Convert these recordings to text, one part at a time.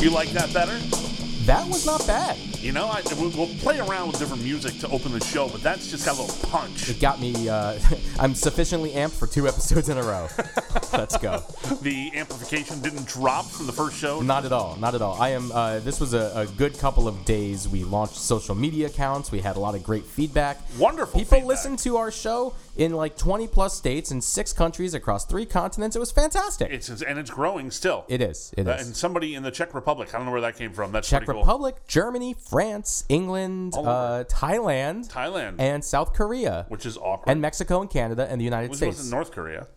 You like that better? That was not bad. You know, I, we'll, we'll play around with different music to open the show, but that's just got a little punch. It got me. Uh, I'm sufficiently amped for two episodes in a row. Let's go. The amplification didn't drop from the first show. Not at all. Not at all. I am. Uh, this was a, a good couple of days. We launched social media accounts. We had a lot of great feedback. Wonderful People feedback. listened to our show in like 20 plus states in six countries across three continents. It was fantastic. It's and it's growing still. it is. It Uh, is. and somebody in the Czech Republic. I don't know where that came from. That's Czech pretty Republic, Germany, France, England, All over. uh, Thailand, cool. Thailand, and South Korea, which is awkward. and Mexico and Canada and the United which States. was in North Korea.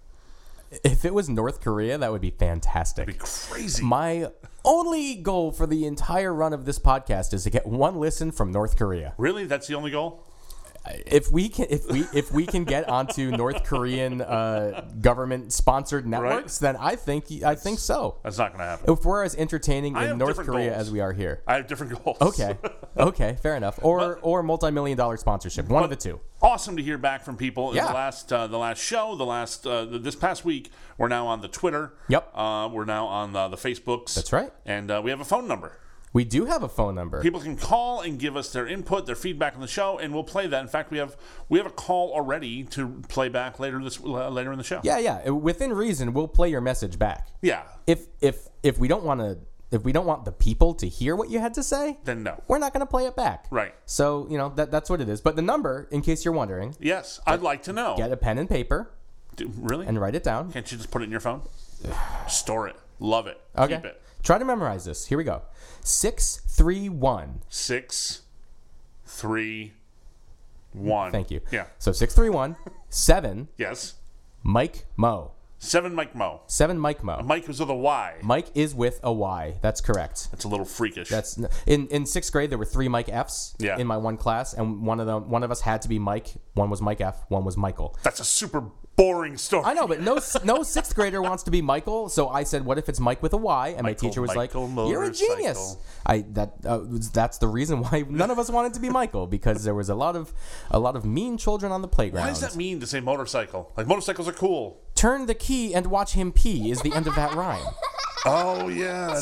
if it was North Korea, that would be fantastic. Be crazy. My only goal for the entire run of this podcast is to get one listen from North Korea. really? That's the only goal? If we can, if we if we can get onto North Korean uh, government sponsored networks, then I think I think so. That's not going to happen. If we're as entertaining I have in North different Korea goals. as we are here, I have different goals. okay, okay, fair enough. Or or multi million dollar sponsorship, one of the two. awesome to hear back from people. in Yeah. The last uh, the last show, the last uh, th- this past week, we're now on the Twitter. Yep. Uh, we're now on the, the Facebooks. That's right. And uh, we have a phone number. We do have a phone number. People can call and give us their input, their feedback on the show, and we'll play that. In fact, we have we have a call already to play back later this uh, later in the show. Yeah, yeah. Within reason, we'll play your message back. Yeah. If if if we don't want to, if we don't want the people to hear what you had to say, Then no. we're not going to play it back. Right. So you know that that's what it is. But the number, in case you're wondering, Yes, I'd like to know. get a pen and paper Do- really? and write it down. Can't you just put it in your phone? Store it. Love it. Okay. Keep it. Try to memorize this. Here we go. Six three one. Six, three, one. Thank you. Yeah. So six three one seven Yes. Mike Mo Seven Mike Mo. seven Mike Mo. Mike was with a Y. Mike is with a Y. That's correct. That's a little freakish. That's in in sixth grade. There were three Mike Fs Yeah. in my one class, and one of them one of us had to be Mike. One was Mike F. One was Michael. That's a super boring story. I know, but no no sixth grader wants to be Michael. So I said, "What if it's Mike with a Y?" And my Michael, teacher was Michael like, "You're a genius." motorcycle. I that uh, was- that's the reason why none of us wanted to be Michael because there was a lot of a lot of mean children on the playground. What does that mean to say motorcycle? Like motorcycles are cool. Turn the key and watch him pee is the end of that rhyme. Oh yeah.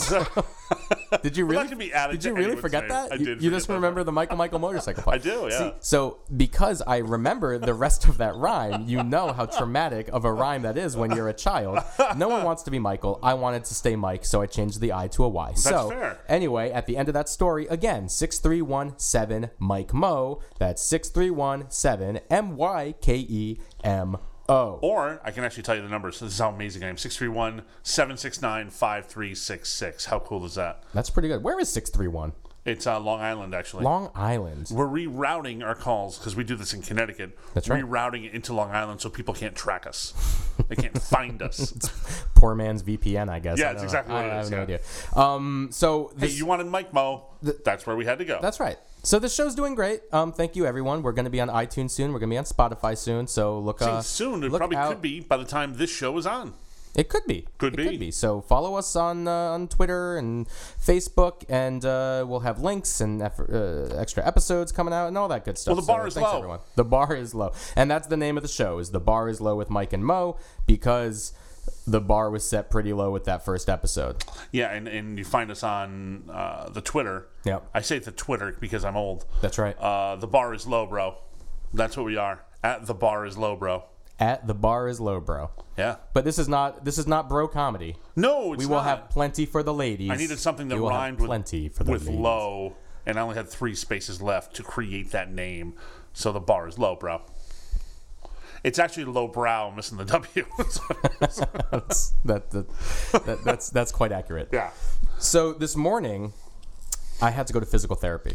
Did you not really? gonna be added did to you really anyone's forget name. that? I you, did you forget just that. remember the Michael Michael motorcycle part. I do, yeah. See, so because I remember the rest of that rhyme, you know how traumatic of a rhyme that is when you're a child. No one wants to be Michael. I wanted to stay Mike, so I changed the I to a Y. so fair. anyway, at the end of that story, again, six three one seven Mike Mo. That's six three one seven M Y K E M O. or I can actually tell you the numbers. This is how amazing I am. 631-769-5366. How cool is that? That's pretty good. Where is six three one? It's uh, Long Island actually. Long Island. We're rerouting our calls because we do this in Connecticut. That's right. Rerouting it into Long Island so people can't track us. They can't find us. Poor man's VPN, I guess. Yeah, I it's don't know. exactly what I, it I is, have no yeah. idea. Um, so Hey, this, you wanted Mike Mo. That's where we had to go. That's right. So this show's doing great. Um, thank you, everyone. We're going to be on iTunes soon. We're going to be on Spotify soon. So look uh, soon. It look probably out. could be by the time this show is on. It could be. Could It be. Could be. So follow us on uh, on Twitter and Facebook, and uh, we'll have links and eff- uh, extra episodes coming out and all that good stuff. Well, the bar So is thanks, low. Everyone. The bar is low, and that's the name of the show. Is the bar is low with Mike and Mo because the bar was set pretty low with that first episode. Yeah, and, and you find us on uh, the Twitter. Yep. I say the Twitter because I'm old. That's right. Uh, the bar is low, bro. That's what we are. At the bar is low, bro. At the bar is low, bro. Yeah. But this is not this is not bro comedy. No, it's We not. will have plenty for the ladies. I needed something that You will have rhymed with plenty for the with ladies. low, and I only had three spaces left to create that name. So the bar is low, bro. It's actually low brow, missing the W. that's, that, that, that- that's that's quite accurate. yeah. So this morning, I had to go to physical therapy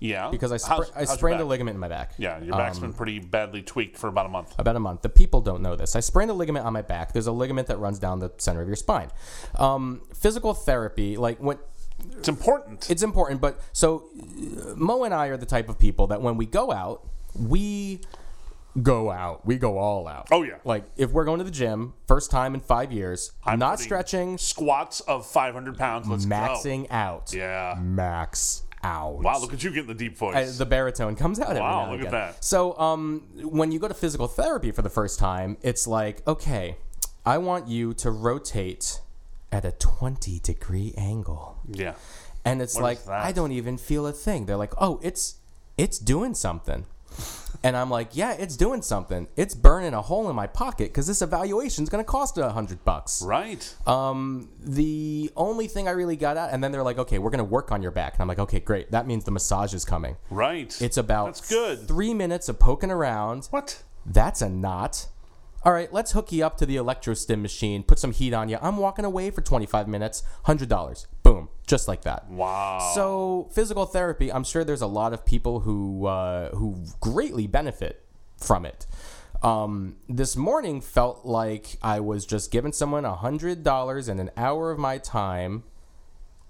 Yeah. because I How's- spra- I how's your sprained a um, back? ligament in my back. uh, Yeah, your back's been pretty badly tweaked for about a month. about a month. The people don't know this. I sprained a ligament on my back. There's a ligament that runs down the center of your spine. Um, physical therapy, like when It's important. it's important, but so uh, Mo and I are the type of people that when we go out, we go out. We go all out. Oh, yeah. Like if we're going to the gym, first time in five years, I'm not putting- stretching, Squats of 500 pounds. Let's maxing out. go. Yeah. Max out. Wow, look at you getting the deep voice. Uh, the baritone comes out. Every Wow, now and look at again. that. So, um, when you go to physical therapy for the first time, it's like, okay, I want you to rotate at a 20 degree angle. Yeah. And it's What is like that? I don't even feel a thing. They're like, "Oh, it's it's doing something." And I'm like, "Yeah, it's doing something. It's burning a hole in my pocket cuz this evaluation's going to cost a 100 bucks." Right. Um, the only thing I really got at, and then they're like, okay, we're gonna work on your back, and I'm like, okay, great. That means the massage is coming. right. It's about That's good. three minutes of poking around. what? That's a knot. All right, let's hook you up to the electrostim machine. Put some heat on you. I'm walking away for 25 minutes, hundred dollars. Boom, just like that. Wow. So physical therapy, I'm sure there's a lot of people who uh, who greatly benefit from it. Um, this morning felt like I was just giving someone hundred dollars and an hour of my time.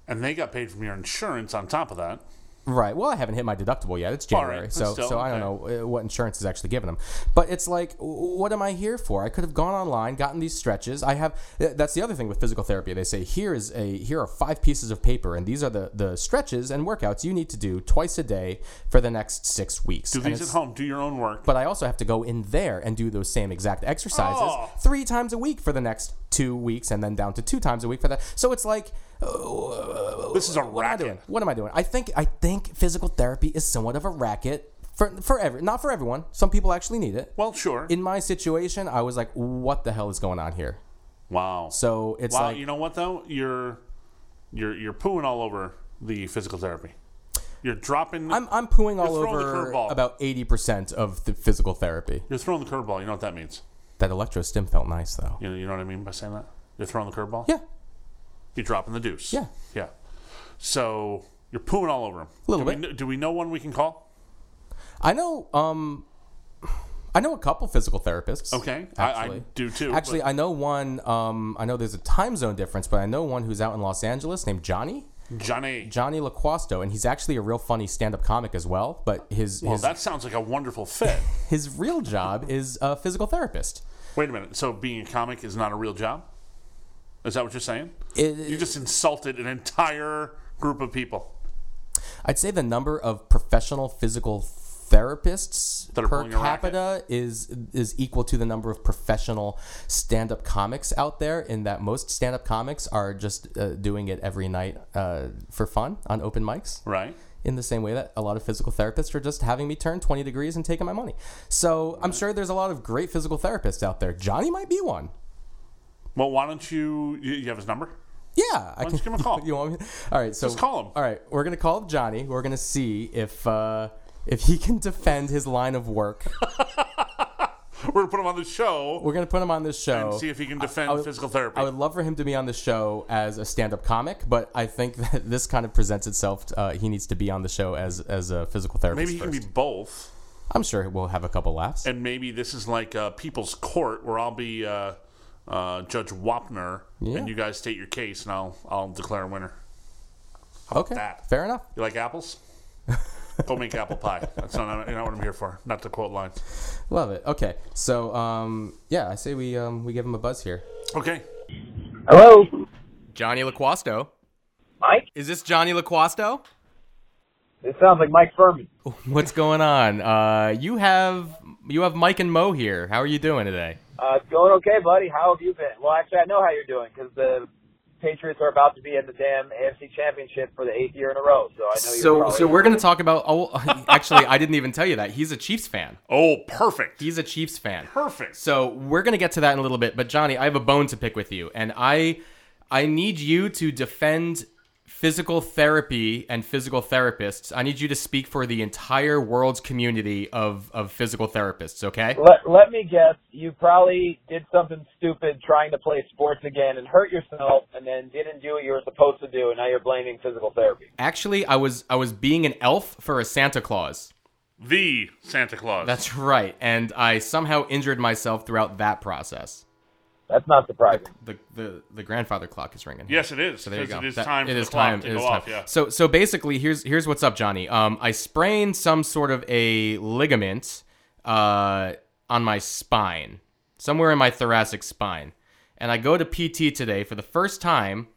and they got paid from your insurance on top of that. Right. Well, I haven't hit my deductible yet. It's All January, right, so still, so I don't know uh, what insurance is actually giving them. But it's like, w- what am I here for? I could have gone online, gotten these stretches. I have. th- That's the other thing with physical therapy. They say here is a here are five pieces of paper, and these are the the stretches and workouts you need to do twice a day for the next six weeks. Do And these at it's- home. Do your own work. but I also have to go in there and do those same exact exercises Oh. three times a week for the next two weeks, and then down to two times a week for that. So it's like, uh, this is a what am I doing? racket. What am I doing? I think I think physical therapy is somewhat of a racket for for every not for everyone. Some people actually need it. Well, sure. In my situation, I was like, "What the hell is going on here?" wow. So it's wow. like, you know what though? You're you're you're pooing all over the physical therapy. You're dropping. I'm I'm pooing all throwing the over curveball. about eighty percent of the physical therapy. you're throwing the curveball. You know what that means. That electro stim felt nice though. You know, you know what I mean by saying that. You're throwing the curveball. Yeah, You're dropping the deuce. Yeah. Yeah. So you're pooing all over him. Little do bit. We, kn- do we know one we can call? I know. Um, I know a couple physical therapists. Okay. I, I Actually. do too. but- Actually, I know one. Um, I know there's a time zone difference, but I know one who's out in Los Angeles named Johnny. Johnny. Johnny LaQuasto, and he's actually a real funny stand-up comic as well. But his Well, his, that sounds like a wonderful fit. his real job is a physical therapist. Wait a minute. So being a comic is not a real job? Is that what you're saying? It- you just insulted an entire group of people. I'd say the number of professional physical therapists That are per pulling a racket. capita is is equal to the number of professional stand-up comics out there. In that most stand-up comics are just uh, doing it every night uh, for fun on open mics. Right? in the same way that a lot of physical therapists are just having me turn 20 degrees and taking my money. So I'm sure there's a lot of great physical therapists out there. Johnny might be one. Well, why don't you? You you have his number? Yeah, I don't you give him a call? You want me? All right, so Just call him. All right, we're gonna call up Johnny. We're gonna see if uh, if he can defend his line of work. We're going to put him on the show We're gonna put him on this show. and see if he can defend would- physical therapy. I would love for him to be on the show as a stand-up comic, but I think that this kind of presents itself. Uh, he needs to be on the show as as a physical therapist. maybe he can first. be both. I'm sure we'll have a couple laughs. And maybe this is like uh, People's Court where I'll be uh, uh, Judge Wapner Yeah. and you guys state your case and I'll, I'll declare a winner. okay, that? fair enough. You like apples? Go make apple pie. That's not, you know what I'm here for. Not to quote lines. Love it. Okay, so um, yeah, I say we um, we give him a buzz here. Okay. Hello, Johnny LaQuasto, Mike. is this Johnny LaQuasto? It sounds like Mike Furman. What's going on? Uh, you have you have Mike and Mo here. How are you doing today? Uh, it's going okay, buddy. How have you been? Well, actually, I know how you're doing because the Patriots are about to be in the damn AFC Championship for the eighth year in a row. So I know you're So probably. so we're gonna talk about. Oh, actually, I didn't even tell you that he's a Chiefs fan. Oh, perfect. He's a Chiefs fan. Perfect. So we're gonna get to that in a little bit, but Johnny, I have a bone to pick with you, and I I need you to defend physical therapy and physical therapists. I need you to speak for the entire world's community of of physical therapists. Okay. Let Let me guess. You probably did something stupid trying to play sports again and hurt yourself, and then didn't do what you were supposed to do, and now you're blaming physical therapy. Actually, I was I was being an elf for a Santa Claus. the Santa Claus. That's right, and I somehow injured myself throughout that process. That's not surprising. The the the grandfather clock is ringing. yes, it is. So there you go. It is That- time. it for is the clock time, To it go is off. time. Yeah. So so basically, here's here's what's up, Johnny. Um, I sprained some sort of a ligament, uh, on my spine, somewhere in my thoracic spine, and I go to PT today for the first time,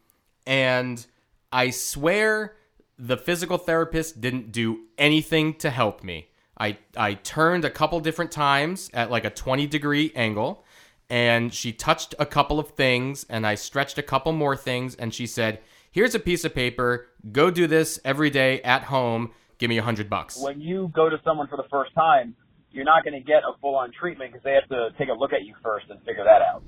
and I swear the physical therapist didn't do anything to help me. I I turned a couple different times at like a 20 degree angle and she touched a couple of things and I stretched a couple more things and she said, "Here's a piece of paper. Go do this every day at home. Give me a 100 bucks." When you go to someone for the first time, you're not going to get a full on treatment because they have to take a look at you first and figure that out.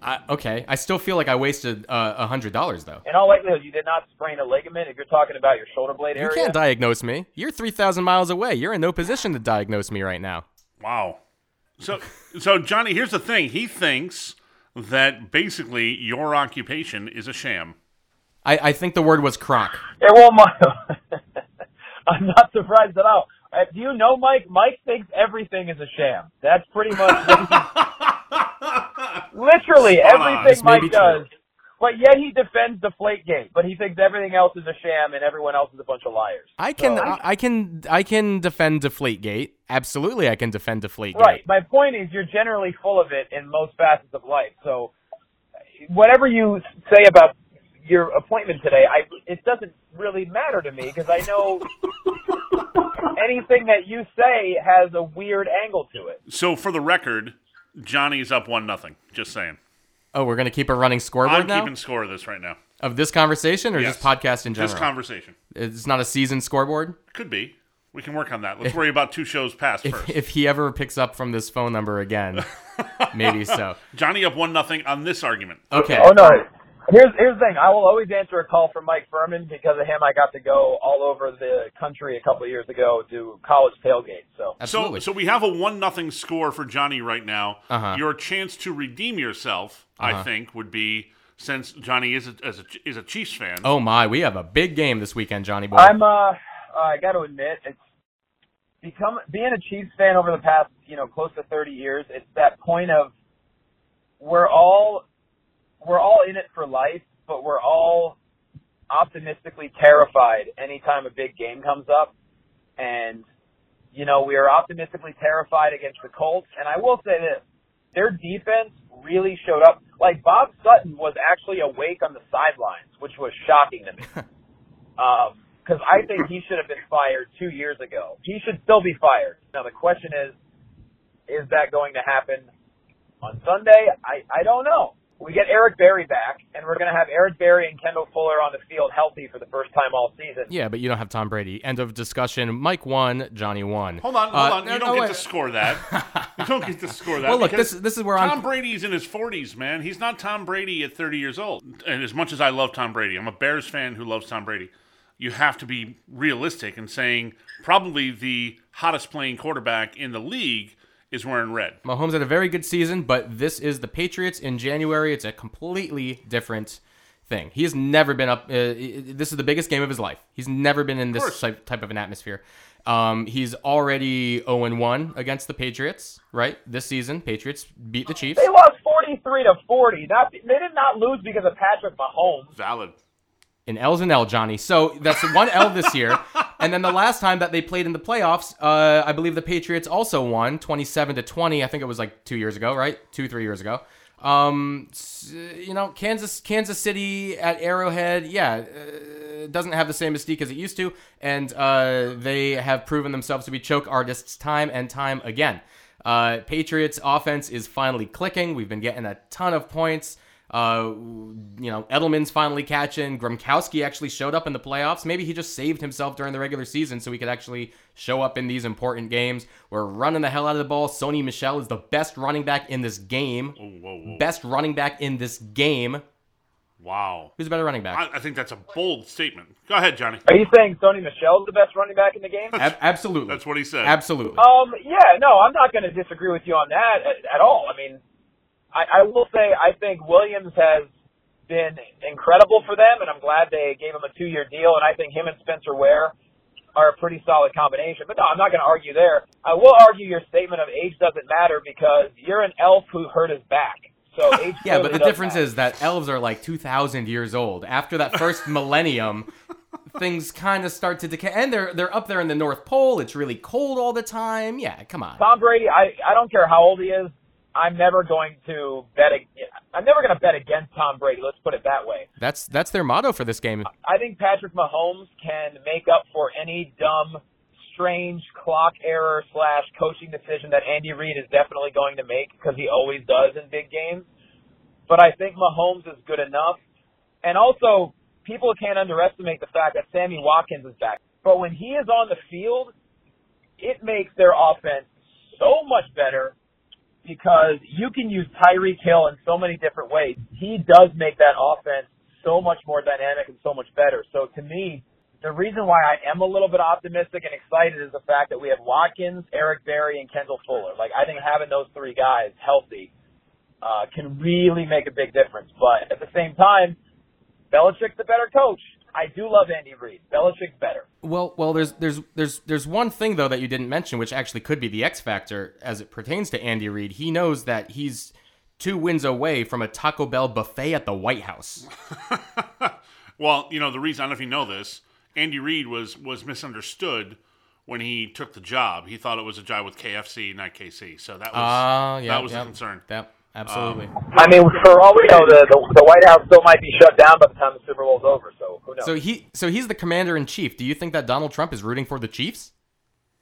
I, okay, I still feel like I wasted uh, a hundred dollars though. In all likelihood, you did not sprain a ligament. If you're talking about your shoulder blade You area, can't diagnose me. You're three thousand miles away. You're in no position to diagnose me right now. Wow. So, so Johnny, here's the thing. He thinks that basically your occupation is a sham. I, I think the word was crock. It won't, Mike. I'm not surprised at all. Uh, Do you know Mike? Mike thinks everything is a sham. That's pretty much literally Spot on. everything This may Mike be does. But yet he defends the flake gate. But he thinks everything else is a sham and everyone else is a bunch of liars. I can So- I, I can I can defend Deflategate. Absolutely, I can defend Deflategate. Right. My point is, you're generally full of it in most facets of life. So, whatever you say about your appointment today, I it doesn't really matter to me because I know anything that you say has a weird angle to it. So, for the record, Johnny's up one nothing. Just saying. Oh, we're gonna keep a running scoreboard I'm now keeping score of this right now. of this conversation or Yes. just podcast in general. This conversation it's not a season scoreboard. could be. We can work on that. Let's worry about two shows past first. If he ever picks up from this phone number again, maybe so. Johnny up one nothing on this argument. Okay. Oh no. Here's here's the thing. I will always answer a call from Mike Furman because of him. I got to go all over the country a couple of years ago to college tailgates. So Absolutely. Uh-huh. So, so we have a one nothing score for Johnny right now. Your chance to redeem yourself, I think, would be since Johnny is a, is a, is a Chiefs fan. oh my, we have a big game this weekend, Johnny boy. I'm uh I got to admit it's become being a Chiefs fan over the past, you know, close to 30 years, it's that point of we're all we're all in it for life, but we're all optimistically terrified anytime a big game comes up and you know, we are optimistically terrified against the Colts and I will say this, their defense really showed up. Like Bob Sutton was actually awake on the sidelines, which was shocking to me. because I think he should have been fired two years ago. He should still be fired. Now the question is, is that going to happen on Sunday? I I don't know. We get Eric Berry back, and we're going to have Eric Berry and Kendall Fuller on the field healthy for the first time all season. yeah, but you don't have Tom Brady. End of discussion. Mike won, Johnny won. Hold on, hold Uh, on. You no, don't no, get wait. to score that. you don't get to score that. Well, look, because this- this is where Tom I'm- Brady's in his 40s, man. He's not Tom Brady at 30 years old. And as much as I love Tom Brady, I'm a Bears fan who loves Tom Brady. You have to be realistic in saying probably the hottest playing quarterback in the league is wearing red. Mahomes had a very good season, but this is the Patriots in January. It's a completely different thing. He has never been up. Uh, this is the biggest game of his life. He's never been in this course. type, type of an atmosphere. Um, he's already 0 1 against the Patriots, right? This season, Patriots beat the Chiefs. They lost forty three to forty. Not they did not lose because of Patrick Mahomes. Valid. in L's and L, Johnny. So that's one L this year. And then the last time that they played in the playoffs, uh, I believe the Patriots also won 27 to 20. I think it was like two years ago, right? Two, three years ago. Um, s- you know, Kansas, Kansas City at Arrowhead, yeah, uh, doesn't have the same mystique as it used to, and uh, they have proven themselves to be choke artists time and time again. Uh, Patriots offense is finally clicking. We've been getting a ton of points. Uh, you know, Edelman's finally catching. Gronkowski actually showed up in the playoffs. Maybe he just saved himself during the regular season so he could actually show up in these important games. We're running the hell out of the ball. Sony Michelle is the best running back in this game. Whoa, whoa. Best running back in this game. Wow. Who's a better running back? I, I think that's a bold statement. Go ahead, Johnny. Are you saying Sony Michelle's the best running back in the game? Ab- absolutely. That's what he said. Absolutely. Um, yeah, no, I'm not going to disagree with you on that at, at all. I mean, I, I will say I think Williams has been incredible for them, and I'm glad they gave him a two-year deal. And I think him and Spencer Ware are a pretty solid combination. But no, I'm not going to argue there. I will argue your statement of age doesn't matter because you're an elf who hurt his back. So age Yeah, clearly but the does difference matter. is that elves are like 2,000 years old. After that first millennium, things kind of start to decay. And they're they're up there in the North Pole. It's really cold all the time. Yeah, come on. Tom Brady, I, I don't care how old he is. I'm never going to bet. ag- I'm never going to bet against Tom Brady. Let's put it that way. That's that's their motto for this game. I think Patrick Mahomes can make up for any dumb strange clock error slash coaching decision that Andy Reid is definitely going to make because he always does in big games. But I think Mahomes is good enough. And also, people can't underestimate the fact that Sammy Watkins is back. But when he is on the field, it makes their offense so much better because you can use Tyreek Hill in so many different ways. He does make that offense so much more dynamic and so much better. So to me, the reason why I am a little bit optimistic and excited is the fact that we have Watkins, Eric Berry, and Kendall Fuller. Like I think having those three guys healthy uh, can really make a big difference. But at the same time, Belichick's the better coach. I do love Andy Reid. Belichick's better. Well, well, there's there's there's there's one thing though that you didn't mention, which actually could be the X factor as it pertains to Andy Reid. He knows that he's two wins away from a Taco Bell buffet at the White House. well, you know the reason I don't know if you know this. Andy Reid was was misunderstood when he took the job. He thought it was a job with KFC, not KC. So that was Uh, yeah, Ah, that was yeah, a concern. Um, Yep, absolutely. I mean, for all we know, the, the the White House still might be shut down by the time the Super Bowl's over. So who knows? so he so he's the commander in chief. Do you think that Donald Trump is rooting for the Chiefs?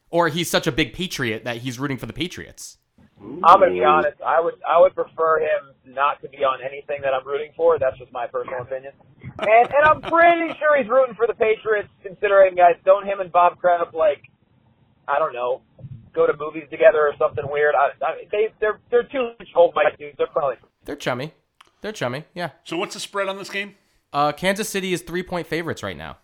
Or he's such a big patriot that he's rooting for the Patriots? I'm gonna be honest. I would I would prefer him not to be on anything that I'm rooting for. That's just my personal opinion. And and I'm pretty sure he's rooting for the Patriots. Considering guys, don't him and Bob Kraft like I don't know, go to movies together or something weird. I, I they they're they're two old white dudes. They're probably They're chummy. They're chummy. Yeah. So what's the spread on this game? Uh, Kansas City is three point favorites right now.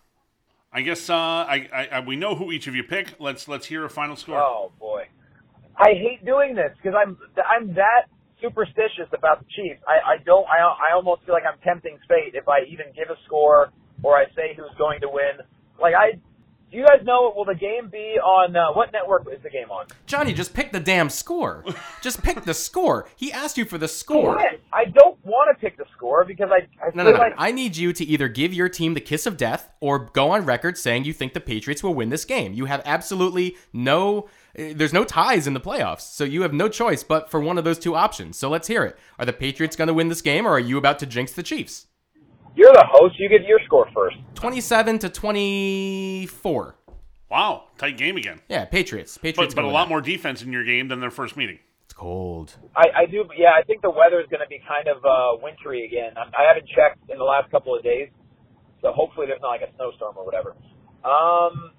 I guess uh, I, I, I we know who each of you pick. Let's let's hear a final score. Oh boy, I hate doing this because I'm I'm that superstitious about the Chiefs. I I don't I I almost feel like I'm tempting fate if I even give a score or I say who's going to win. Like I, do you guys know? Will the game be on uh, what network is the game on? Johnny, just pick the damn score. Just pick the score. He asked you for the score. I don't want to pick the score because I I No, no, feel no. like I need you to either give your team the kiss of death or go on record saying you think the Patriots will win this game. You have absolutely no, eh, there's no ties in the playoffs, so you have no choice but for one of those two options. So let's hear it. Are the Patriots going to win this game, or are you about to jinx the Chiefs? you're the host. You give your score first. 27 to 24. Wow, tight game again. Yeah, Patriots. Patriots. But but a gonna lot win. more defense in your game than their first meeting. It's cold. I, I do. Yeah, I think the weather is going to be kind of uh, wintry again. I, I haven't checked in the last couple of days, so hopefully there's not like a snowstorm or whatever. Um,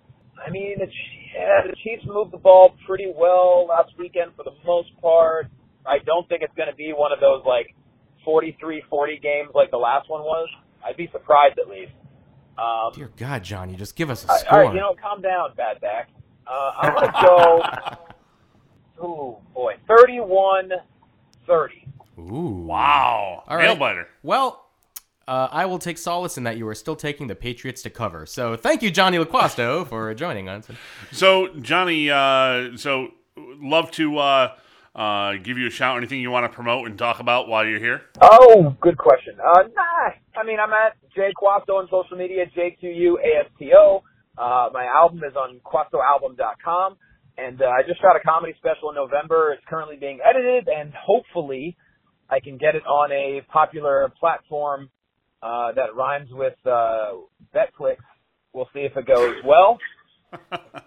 I mean, the, Ch- yeah, the Chiefs moved the ball pretty well last weekend for the most part. I don't think it's going to be one of those like 43-40 games like the last one was. I'd be surprised at least. Um, Dear God, Johnny, just give us a all right, score. All right, you know, calm down, bad back. Uh, I'm going to go, ooh, boy, 31 30. Ooh. Wow, All nail right. biter. Well, uh, I will take solace in that you are still taking the Patriots to cover. So thank you, Johnny LaQuasto, for joining us. So Johnny, uh, so love to uh, uh, give you a shout. Anything you want to promote and talk about while you're here? Oh, good question. Uh, nah, I mean, I'm at Jay Quasto on social media, J-Q-U-A-S-T-O. Uh, my album is on quastoalbum.com. And uh, I just shot a comedy special in November. It's currently being edited, and hopefully I can get it on a popular platform uh, that rhymes with uh, Betflix. We'll see if it goes well.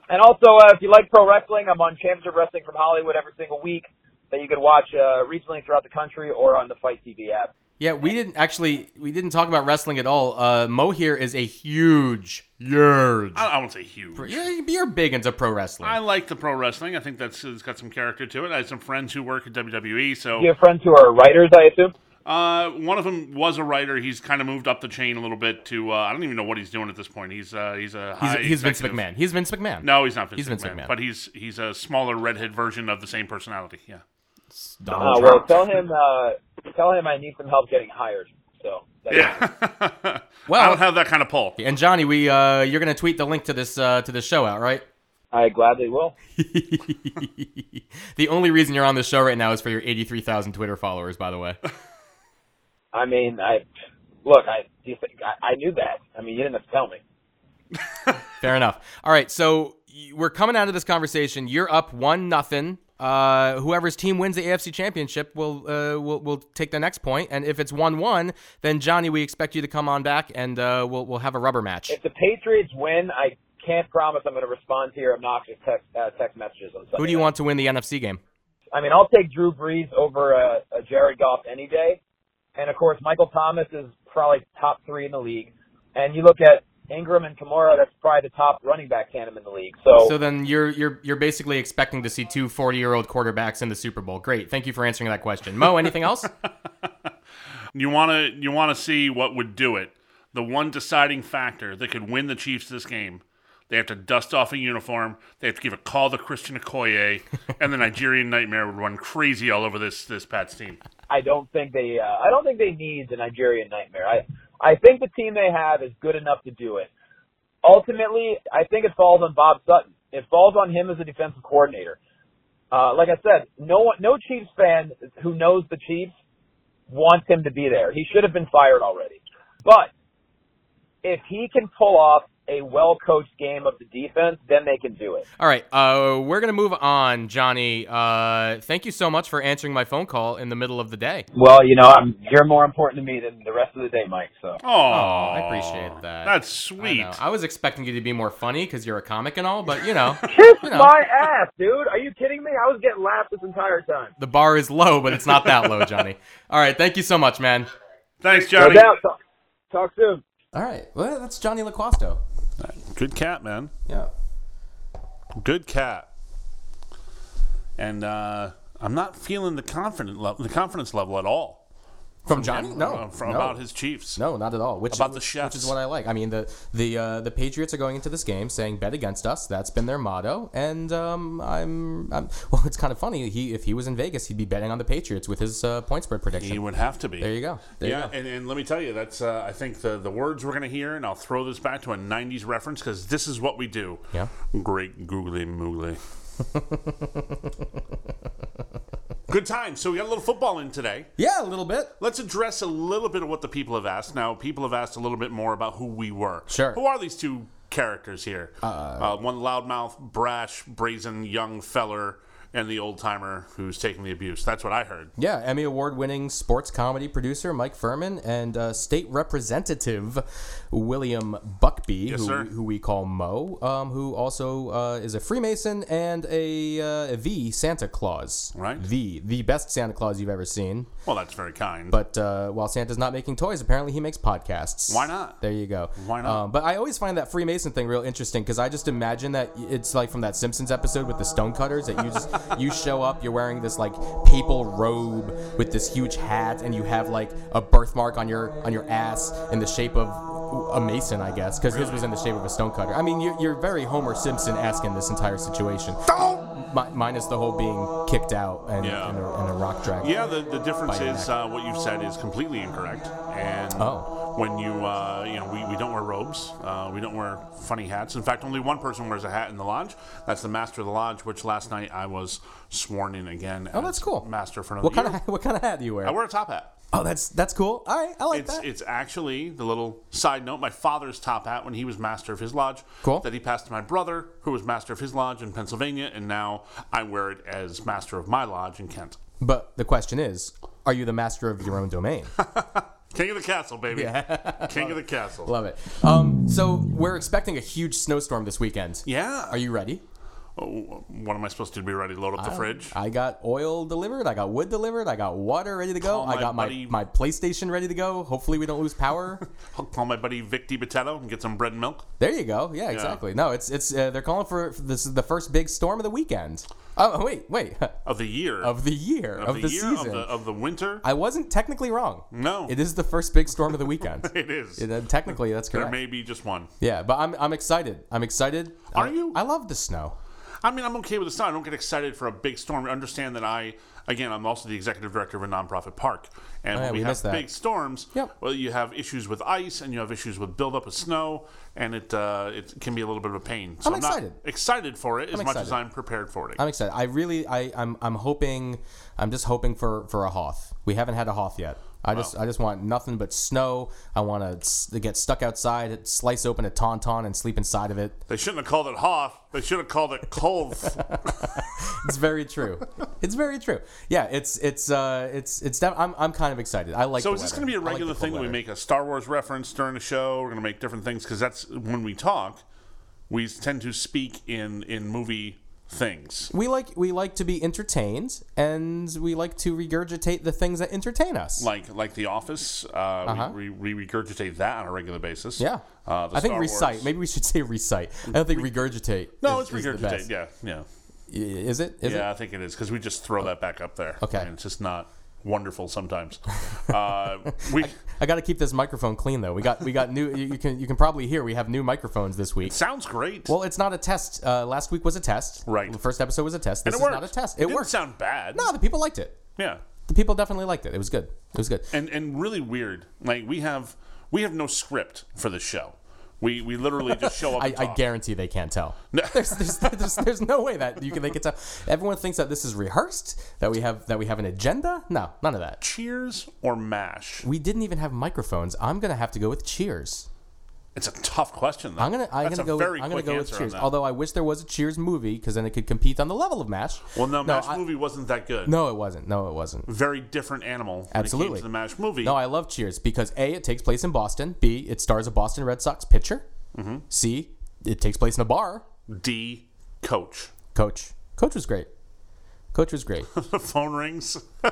and also, uh, if you like pro wrestling, I'm on Championship Wrestling from Hollywood every single week that you can watch uh, regionally throughout the country or on the Fight TV app. Yeah, we didn't actually we didn't talk about wrestling at all. Uh, Mo here is a huge, huge. I, I won't say huge. Yeah, you're big into pro wrestling. I like the pro wrestling. I think that's it's got some character to it. I have some friends who work at WWE, so Do you have friends who are writers, I assume? Uh, one of them was a writer. He's kind of moved up the chain a little bit to. Uh, I don't even know what he's doing at this point. He's uh, he's a he's high he's Vince executive. McMahon. He's Vince McMahon. No, he's not Vince, He's Vince McMahon, McMahon. But he's he's a smaller redhead version of the same personality. Yeah. It's Uh, Donald well, Trump. tell him, uh, tell him I need some help getting hired. So that's Yeah. Well- I don't have that kind of pull. And Johnny, we uh, you're gonna tweet the link to this uh, to this show out, right? I gladly will. the only reason you're on this show right now is for your 83,000 Twitter followers, by the way. I mean, I look, I do you think I, I knew that. I mean, you didn't have to tell me. Fair enough. All right, so y- we're coming out of this conversation. You're up one nothing. Uh, whoever's team wins the AFC Championship will uh, will will take the next point. And if it's one one, then Johnny, we expect you to come on back and uh, we'll we'll have a rubber match. If the Patriots win, I can't promise I'm going to respond to your obnoxious text uh, text messages. On Sunday Who do you night. want to win the NFC game? I mean, I'll take Drew Brees over a, a Jared Goff any day. And of course, Michael Thomas is probably top three in the league. And you look at Ingram and Kamara, that's probably the top running back tandem in the league. So, So then you're you're you're basically expecting to see two 40 year old quarterbacks in the Super Bowl. Great, thank you for answering that question, Mo. Anything else? You want to you want to see what would do it. The one deciding factor that could win the Chiefs this game. They have to dust off a uniform. They have to give a call to Christian Okoye, and the Nigerian Nightmare would run crazy all over this this Pats team. I don't think they, uh, I don't think they need the Nigerian nightmare. I, I think the team they have is good enough to do it. Ultimately, I think it falls on Bob Sutton. It falls on him as a defensive coordinator. Uh, like I said, no one, no Chiefs fan who knows the Chiefs wants him to be there. He should have been fired already. But if he can pull off a well coached game of the defense, then they can do it. All right, uh, we're gonna move on, Johnny. Uh, thank you so much for answering my phone call in the middle of the day. Well, you know, I'm, you're more important to me than the rest of the day, Mike. So Oh, I appreciate that. That's I, sweet. know. I was expecting you to be more funny because you're a comic and all, but you know, kiss You know. my ass, dude. Are you kidding me? I was getting laughed this entire time. the bar is low, but it's not that low, Johnny. All right, thank you so much, man. Thanks, No Johnny. doubt. Talk, talk soon. All right, well, that's Johnny LaQuasto. Good cat, man. Yeah. Good cat. And uh, I'm not feeling the confident level, the confidence level at all. From Johnny? No. Uh, from no. about his Chiefs. No, not at all. Which About the which chefs. is what I like. I mean, the the uh, the Patriots are going into this game saying "bet against us." That's been their motto, and um, I'm, I'm well. It's kind of funny. He if he was in Vegas, he'd be betting on the Patriots with his uh, point spread prediction. He would have to be. there you go. There yeah, you go. And, and let me tell you, that's uh, I think the the words we're gonna hear, and I'll throw this back to a '90s reference because this is what we do. Yeah. Great googly moogly. Good time. So we got a little football in today. Yeah, a little bit. Let's address a little bit of what the people have asked. Now, people have asked a little bit more about who we were. Sure. Who are these two characters here? Uh, one loudmouth, brash, brazen young feller, and the old timer who's taking the abuse. That's what I heard. Yeah, Emmy Award-winning sports comedy producer Mike Furman and uh, state representative William Buckby, who, sir. who we call Mo, um, who also uh, is a Freemason and a uh, the Santa Claus. Right. The the best Santa Claus you've ever seen. Well, that's very kind. But uh, while Santa's not making toys, apparently he makes podcasts. Why not? There you go. Why not? Um, but I always find that Freemason thing real interesting because I just imagine that it's like from that Simpsons episode with the stonecutters that you just you show up, you're wearing this like papal robe with this huge hat, and you have like a birthmark on your on your ass in the shape of a mason, I guess, because his was in the shape of a stonecutter. I mean, you're, you're very Homer Simpson esque in this entire situation, Mi- minus the whole being kicked out and, Yeah. and, a, and a rock drag. Yeah, the, the difference By your is neck. uh, what you've said is completely incorrect. And Oh. when you, uh, you know, we, we don't wear robes, uh, we don't wear funny hats. In fact, only one person wears a hat in the lodge. That's the master of the lodge, which last night I was sworn in again. Oh, that's cool. Master for another What kind year. of what kind of hat do you wear? I wear a top hat. Oh, that's that's cool. All right, I like It's that. it's actually the little side note. My father's top hat when he was master of his lodge. Cool. That he passed to my brother, who was master of his lodge in Pennsylvania, and now I wear it as master of my lodge in Kent. but the question is, are you the master of your own domain? King of the castle, baby. King of the castle. Love it. Um, so we're expecting a huge snowstorm this weekend. Yeah. Are you ready? Oh, what am I supposed to do? Be ready to load up the fridge? I got oil delivered. I got wood delivered. I got water ready to go. Call I my got buddy- my my PlayStation ready to go. Hopefully we don't lose power. I'll call my buddy Vic DiBattista and get some bread and milk. there you go. Yeah, exactly. No, it's it's uh, they're calling for for this is the first big storm of the weekend. Oh wait, wait, Of the year. of the year of, year, the, season. Of the, of the winter. I wasn't technically wrong. no. It is the first big storm of the weekend. It is. And then technically, that's there correct. may be just one. Yeah, but I'm I'm excited. I'm excited. Are I- you? I love the snow. I mean, I'm okay with the sun. I don't get excited for a big storm. Understand that I, again, I'm also the executive director of a nonprofit park. And Oh, yeah, when we, we have missed that. big storms, Yep. well, you have issues with ice and you have issues with buildup of snow, and it uh, it can be a little bit of a pain. So I'm I'm, excited. not excited for it as much as excited. I'm prepared for it. I'm excited. I really I I'm I'm hoping I'm just hoping for for a hoth. We haven't had a hoth yet. I just I just want nothing but snow. I want to get stuck outside, slice open a tauntaun, and sleep inside of it. they shouldn't have called it Hoff. They should have called it Colv. It's very true. it's very true. Yeah, it's it's uh it's it's def- I'm I'm kind of excited. I like. So the is this weather. going to be a I like regular the cold thing that we weather. make a Star Wars reference during the show? We're going to make different things because that's when we talk. we tend to speak in in movie things. We like we like to be entertained, and we like to regurgitate the things that entertain us. Like like The Office, uh, we, we, we regurgitate that on a regular basis. Uh-huh. yeah, uh, the I think Star recite. Wars. Maybe we should say recite. I don't think regurgitate. No, is, it's is the regurgitate. best. Yeah, yeah, I- Is it? Is yeah. it? I think it is because we just throw that back up there. Okay. and it's just not wonderful sometimes. uh, we I got to keep this microphone clean though. We got we got new. You you can you can probably hear we have new microphones this week. sounds great. Well, it's not a test. Uh, last week was a test. Right. The first episode was a test. and This it is worked. not a test. It, didn't worked. sound bad. no, the people liked it. Yeah, The people definitely liked it. It was good. It was good. and and really weird. Like we have we have no script for the show. We we literally just show up. I, and I talk. guarantee they can't tell. There's, there's, there's, there's no way that you can they can tell. Everyone thinks that this is rehearsed. That we have that we have an agenda. No, none of that. Cheers or Mash? We didn't even have microphones. I'm gonna have to go with Cheers. It's a tough question. Though. I'm gonna I'm That's gonna a go with, very I'm gonna quick go with answer on Cheers. that. Although I wish there was a Cheers movie because then it could compete on the level of Mash. well, no, Mash I- movie wasn't that good. No, it wasn't. No, it wasn't. Very different animal. When It Absolutely. came to the Mash movie. No, I love Cheers because A, it takes place in Boston. B, it stars a Boston Red Sox pitcher. Mm-hmm. C, it takes place in a bar. D. Coach. Coach. Coach was great. Coach was great. the phone rings.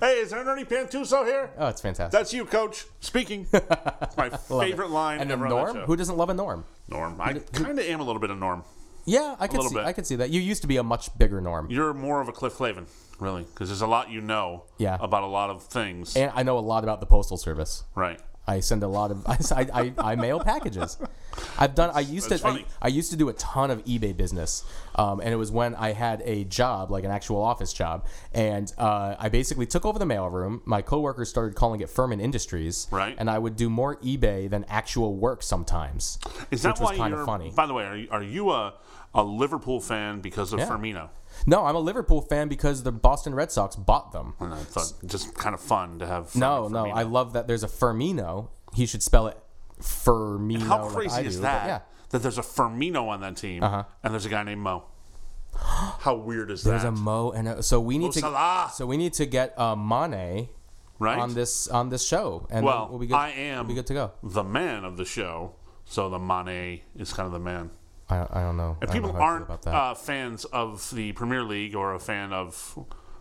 hey, is Ernie Pantuso here? Oh, it's fantastic. That's you, Coach. Speaking. It's my favorite line. and a ever on that norm? show. Who doesn't love a norm? Norm. I kind of am a little bit of Norm. Yeah, I could little see. bit. I could see that. You used to be a much bigger norm, You're more of a Cliff Clavin, really, because there's a lot you know Yeah. about a lot of things. and I know a lot about the postal service. right. I send a lot of. I, I, I mail packages. I've done. I used to. that's I, funny. I used to do a ton of eBay business, um, and it was when I had a job, like an actual office job, and uh, I basically took over the mailroom. My coworkers started calling it Furman Industries, Right. And I would do more eBay than actual work sometimes. Is that was why kinda you're? funny. By the way, are you, are you a a Liverpool fan because of Firmino? No, I'm a Liverpool fan because the Boston Red Sox bought them. And I thought just kind of fun to have. No, Firmino- no, Firmino. I love that. There's a Firmino. He should spell it Firmino. How like crazy I is do, but that? Yeah. Uh-huh. That there's a Firmino on that team, and there's a guy named Mo. How weird is There's that? a Mo and a, so we need to Salah. so we need to get uh, Mane right? on this on this show and well, we'll be good. I am we'll be good to go. the man of the show, so the Mane is kind of the man. I, I don't know. If I don't people know how I feel aren't about that. uh, fans of the Premier League or a fan of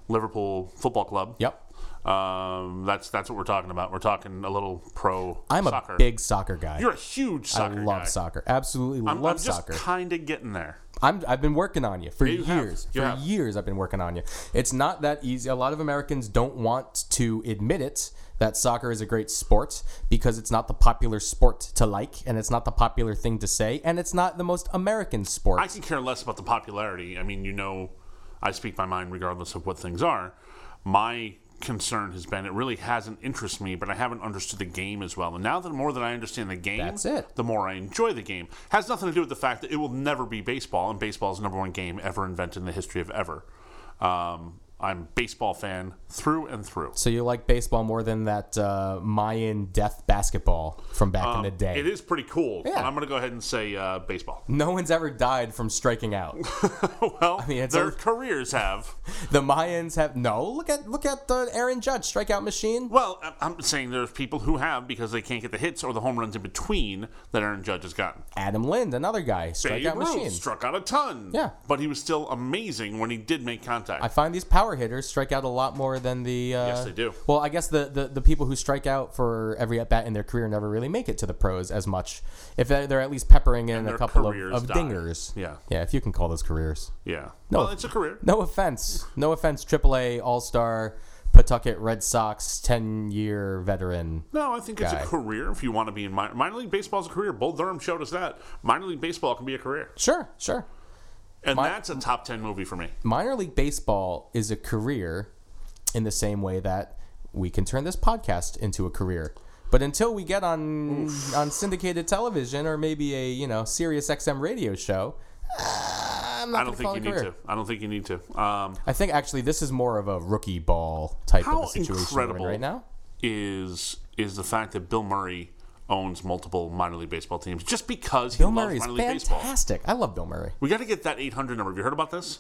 Liverpool Football Club, yep, um, that's that's what we're talking about. We're talking a little pro I'm soccer. a big soccer guy. You're a huge I soccer love guy. soccer. Absolutely I'm, love I'm just soccer. kind of getting there. I'm, I've been working on you for you have. years. You for have. years, I've been working on you. It's not that easy. A lot of Americans don't want to admit it that soccer is a great sport because it's not the popular sport to like, and it's not the popular thing to say, and it's not the most American sport. I can care less about the popularity. I mean, you know, I speak my mind regardless of what things are. My concern has been it really hasn't interested me, but I haven't understood the game as well. And now the more that I understand the game, That's it. the more I enjoy the game. Has nothing to do with the fact that it will never be baseball, and baseball is the number one game ever invented in the history of ever. Um, I'm a baseball fan through and through. so you like baseball more than that uh, Mayan death basketball from back in the day. Um, It is pretty cool. Yeah. But I'm going to go ahead and say uh, baseball. no one's ever died from striking out. well, mean, it's their always- careers have. the Mayans have no. Look at look at the Aaron Judge strikeout machine. Well, I- I'm saying there's people who have because they can't get the hits or the home runs in between that Aaron Judge has gotten. Adam Lind, another guy, Babe strikeout Ruth machine. struck out a ton. Yeah. But he was still amazing when he did make contact. I find these power hitters strike out a lot more than the. Uh, Yes, they do. Well, I guess the, the, the people who strike out for every at bat in their career never really make it to the pros as much. If they're, they're at least peppering in a their couple of, careers of die. dingers. Yeah. Yeah, if you can call those careers. yeah. Well, it's a career. No offense. No offense, AAA All Star, Pawtucket Red Sox, 10 year veteran. No, I think it's Guy. a career if you want to be in minor, minor league baseball's a career. Bull Durham showed us that. Minor league baseball can be a career. Sure, sure. And that's a top 10 movie for me. Minor league baseball is a career in the same way that we can turn this podcast into a career. But until we get on on syndicated television or maybe a you know Sirius XM radio show, uh, I'm not I don't gonna call think you it a need career. to. I don't think you need to. Um, I think actually this is more of a rookie ball type How of a situation we're in incredible right now. is is the fact that Bill Murray owns multiple minor league baseball teams just because Bill he Murray is loves minor league baseball. fantastic. I love Bill Murray. We got to get that 800 number. Have you heard about this?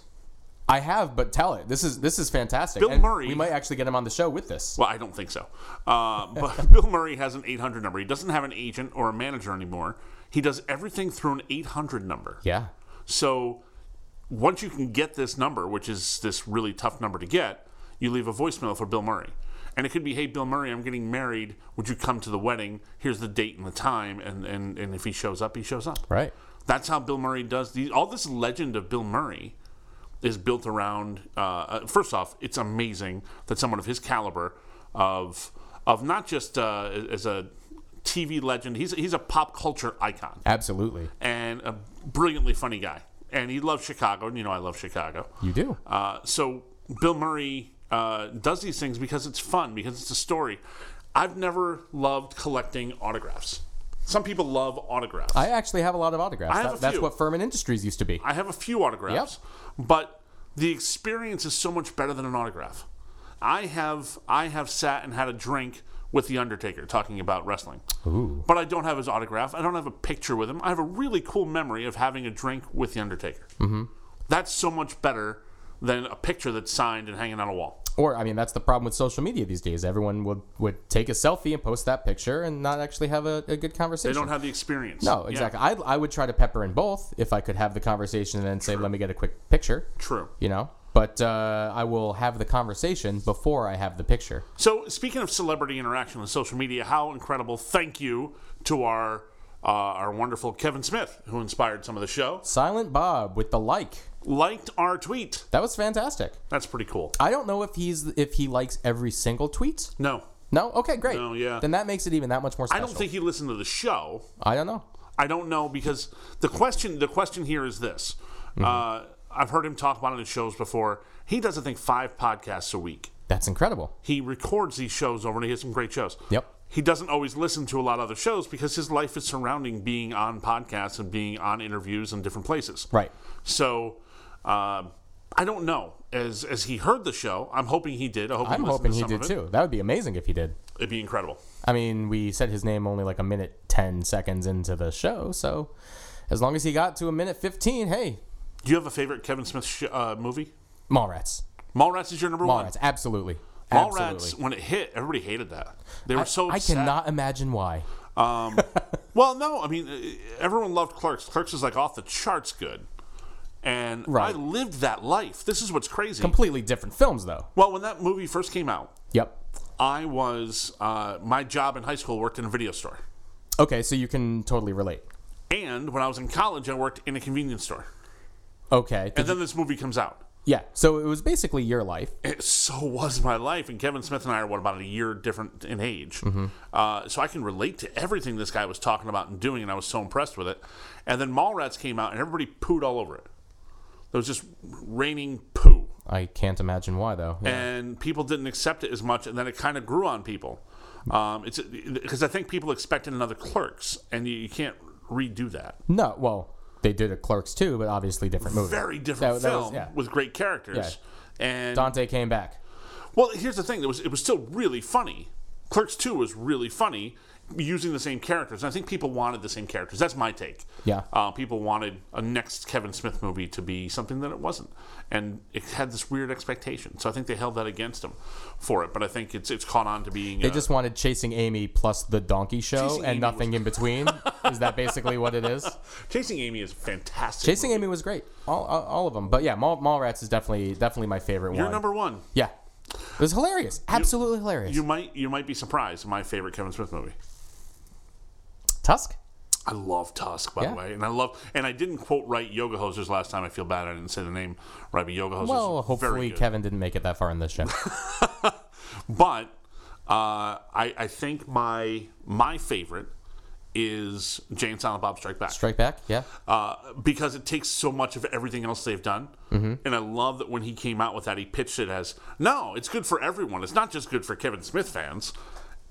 I have, but tell it. This is this is fantastic. Bill And Murray- We might actually get him on the show with this. Well, I don't think so. Uh, but Bill Murray has an 800 number. He doesn't have an agent or a manager anymore. He does everything through an 800 number. Yeah. So once you can get this number, which is this really tough number to get, you leave a voicemail for Bill Murray. And it could be, hey, Bill Murray, I'm getting married. Would you come to the wedding? Here's the date and the time. And, and, and if he shows up, he shows up. Right. That's how Bill Murray does these. All this legend of Bill Murray is built around. Uh, uh, first off, it's amazing that someone of his caliber, of of not just uh, as a TV legend, he's he's a pop culture icon Absolutely. and a brilliantly funny guy. And he loves Chicago, and you know I love Chicago. You do. Uh, so Bill Murray uh, does these things because it's fun, because it's a story. I've never loved collecting autographs. Some people love autographs. I actually have a lot of autographs. I have That- a that's few. what Furman Industries used to be. I have a few autographs, but the experience is so much better than an autograph. I have I have sat and had a drink with the Undertaker talking about wrestling. But I don't have his autograph. I don't have a picture with him. I have a really cool memory of having a drink with the Undertaker. Mm-hmm. That's so much better than a picture that's signed and hanging on a wall. Or I mean, that's the problem with social media these days. Everyone would would take a selfie and post that picture and not actually have a, a good conversation. They don't have the experience. no, Yeah, exactly. I I would try to pepper in both if I could have the conversation and then say, let me get a quick picture. true. You know. But uh, I will have the conversation before I have the picture. So, speaking of celebrity interaction with social media, how incredible! Thank you to our uh, our wonderful Kevin Smith, who inspired some of the show, Silent Bob with the like. liked our tweet. That was fantastic. That's pretty cool. I don't know if he's if he likes every single tweet. No, No. Okay. Great. No, yeah. Then that makes it even that much more I special. don't think he listened to the show. I don't know. I don't know because the question the question here is this. Mm-hmm. Uh, I've heard him talk about it in shows before. He doesn't think five podcasts a week. That's incredible. He records these shows over and he has some great shows. Yep. He doesn't always listen to a lot of other shows because his life is surrounding being on podcasts and being on interviews in different places. Right. So uh, I don't know. As as he heard the show, I'm hoping he did. I hope I'm he listened hoping to he some did of it. too. That would be amazing if he did. It'd be incredible. I mean, we said his name only like a minute 10 seconds into the show, so as long as he got to a minute 15, hey, Do you have a favorite Kevin Smith sh- uh, movie? Mallrats. Mallrats is your number one. Mallrats, absolutely. Mallrats, absolutely. when it hit, everybody hated that. They were so I upset. cannot imagine why. Well, no, I mean, uh, everyone loved Clerks. Clerks is like off the charts good, and Right. I lived that life. This is what's crazy. Completely different films, though. well, when that movie first came out, Yep. I was uh, my job in high school worked in a video store, Okay, so you can totally relate. and when I was in college, I worked in a convenience store. Okay. And then this movie comes out. yeah, so it was basically your life. It so was my life, and Kevin Smith and I are what about a year different in age, Mm-hmm. uh, so I can relate to everything this guy was talking about and doing, and I was so impressed with it. And then Mallrats came out, and everybody pooed all over it. There was just raining poo, I can't imagine why, though. Yeah. and people didn't accept it as much, and then it kind of grew on people. Um, it's because I think people expected another Clerks, and you, you can't redo that. no, well, they did it Clerks too, but obviously different movie. Very different Oh, That- that was- film yeah. with great characters. And Dante came back. Well, here's the thing: it was it was still really funny. Clerks Two was really funny, using the same characters. And I think people wanted the same characters. That's my take. Yeah. uh, people wanted a next Kevin Smith movie to be something that it wasn't, and it had this weird expectation. So I think they held that against him for it. But I think it's it's caught on to being. uh, They just wanted Chasing Amy plus the Donkey Show Chasing and Amy nothing in between. is that basically what it is? Chasing Amy is a fantastic. Chasing Amy was great. All, all, all of them. But yeah, Mall, Mallrats is definitely definitely my favorite You're one. number one. yeah. It was hilarious. Absolutely hilarious. You might you might be surprised. My favorite Kevin Smith movie. Tusk? I love Tusk, by Yeah. the way, and I love and I didn't quote right Yoga Hosers last time. I feel bad I didn't say the name right, but Yoga Hosers. Well, is very hopefully good. Kevin didn't make it that far in this show. But uh, I, I think my my favorite is Jane Silent Bob Strike Back Strike back? Yeah. uh, because it takes so much of everything else they've done. Mm-hmm. And I love that when he came out with that, he pitched it as no, it's good for everyone. It's not just good for Kevin Smith fans.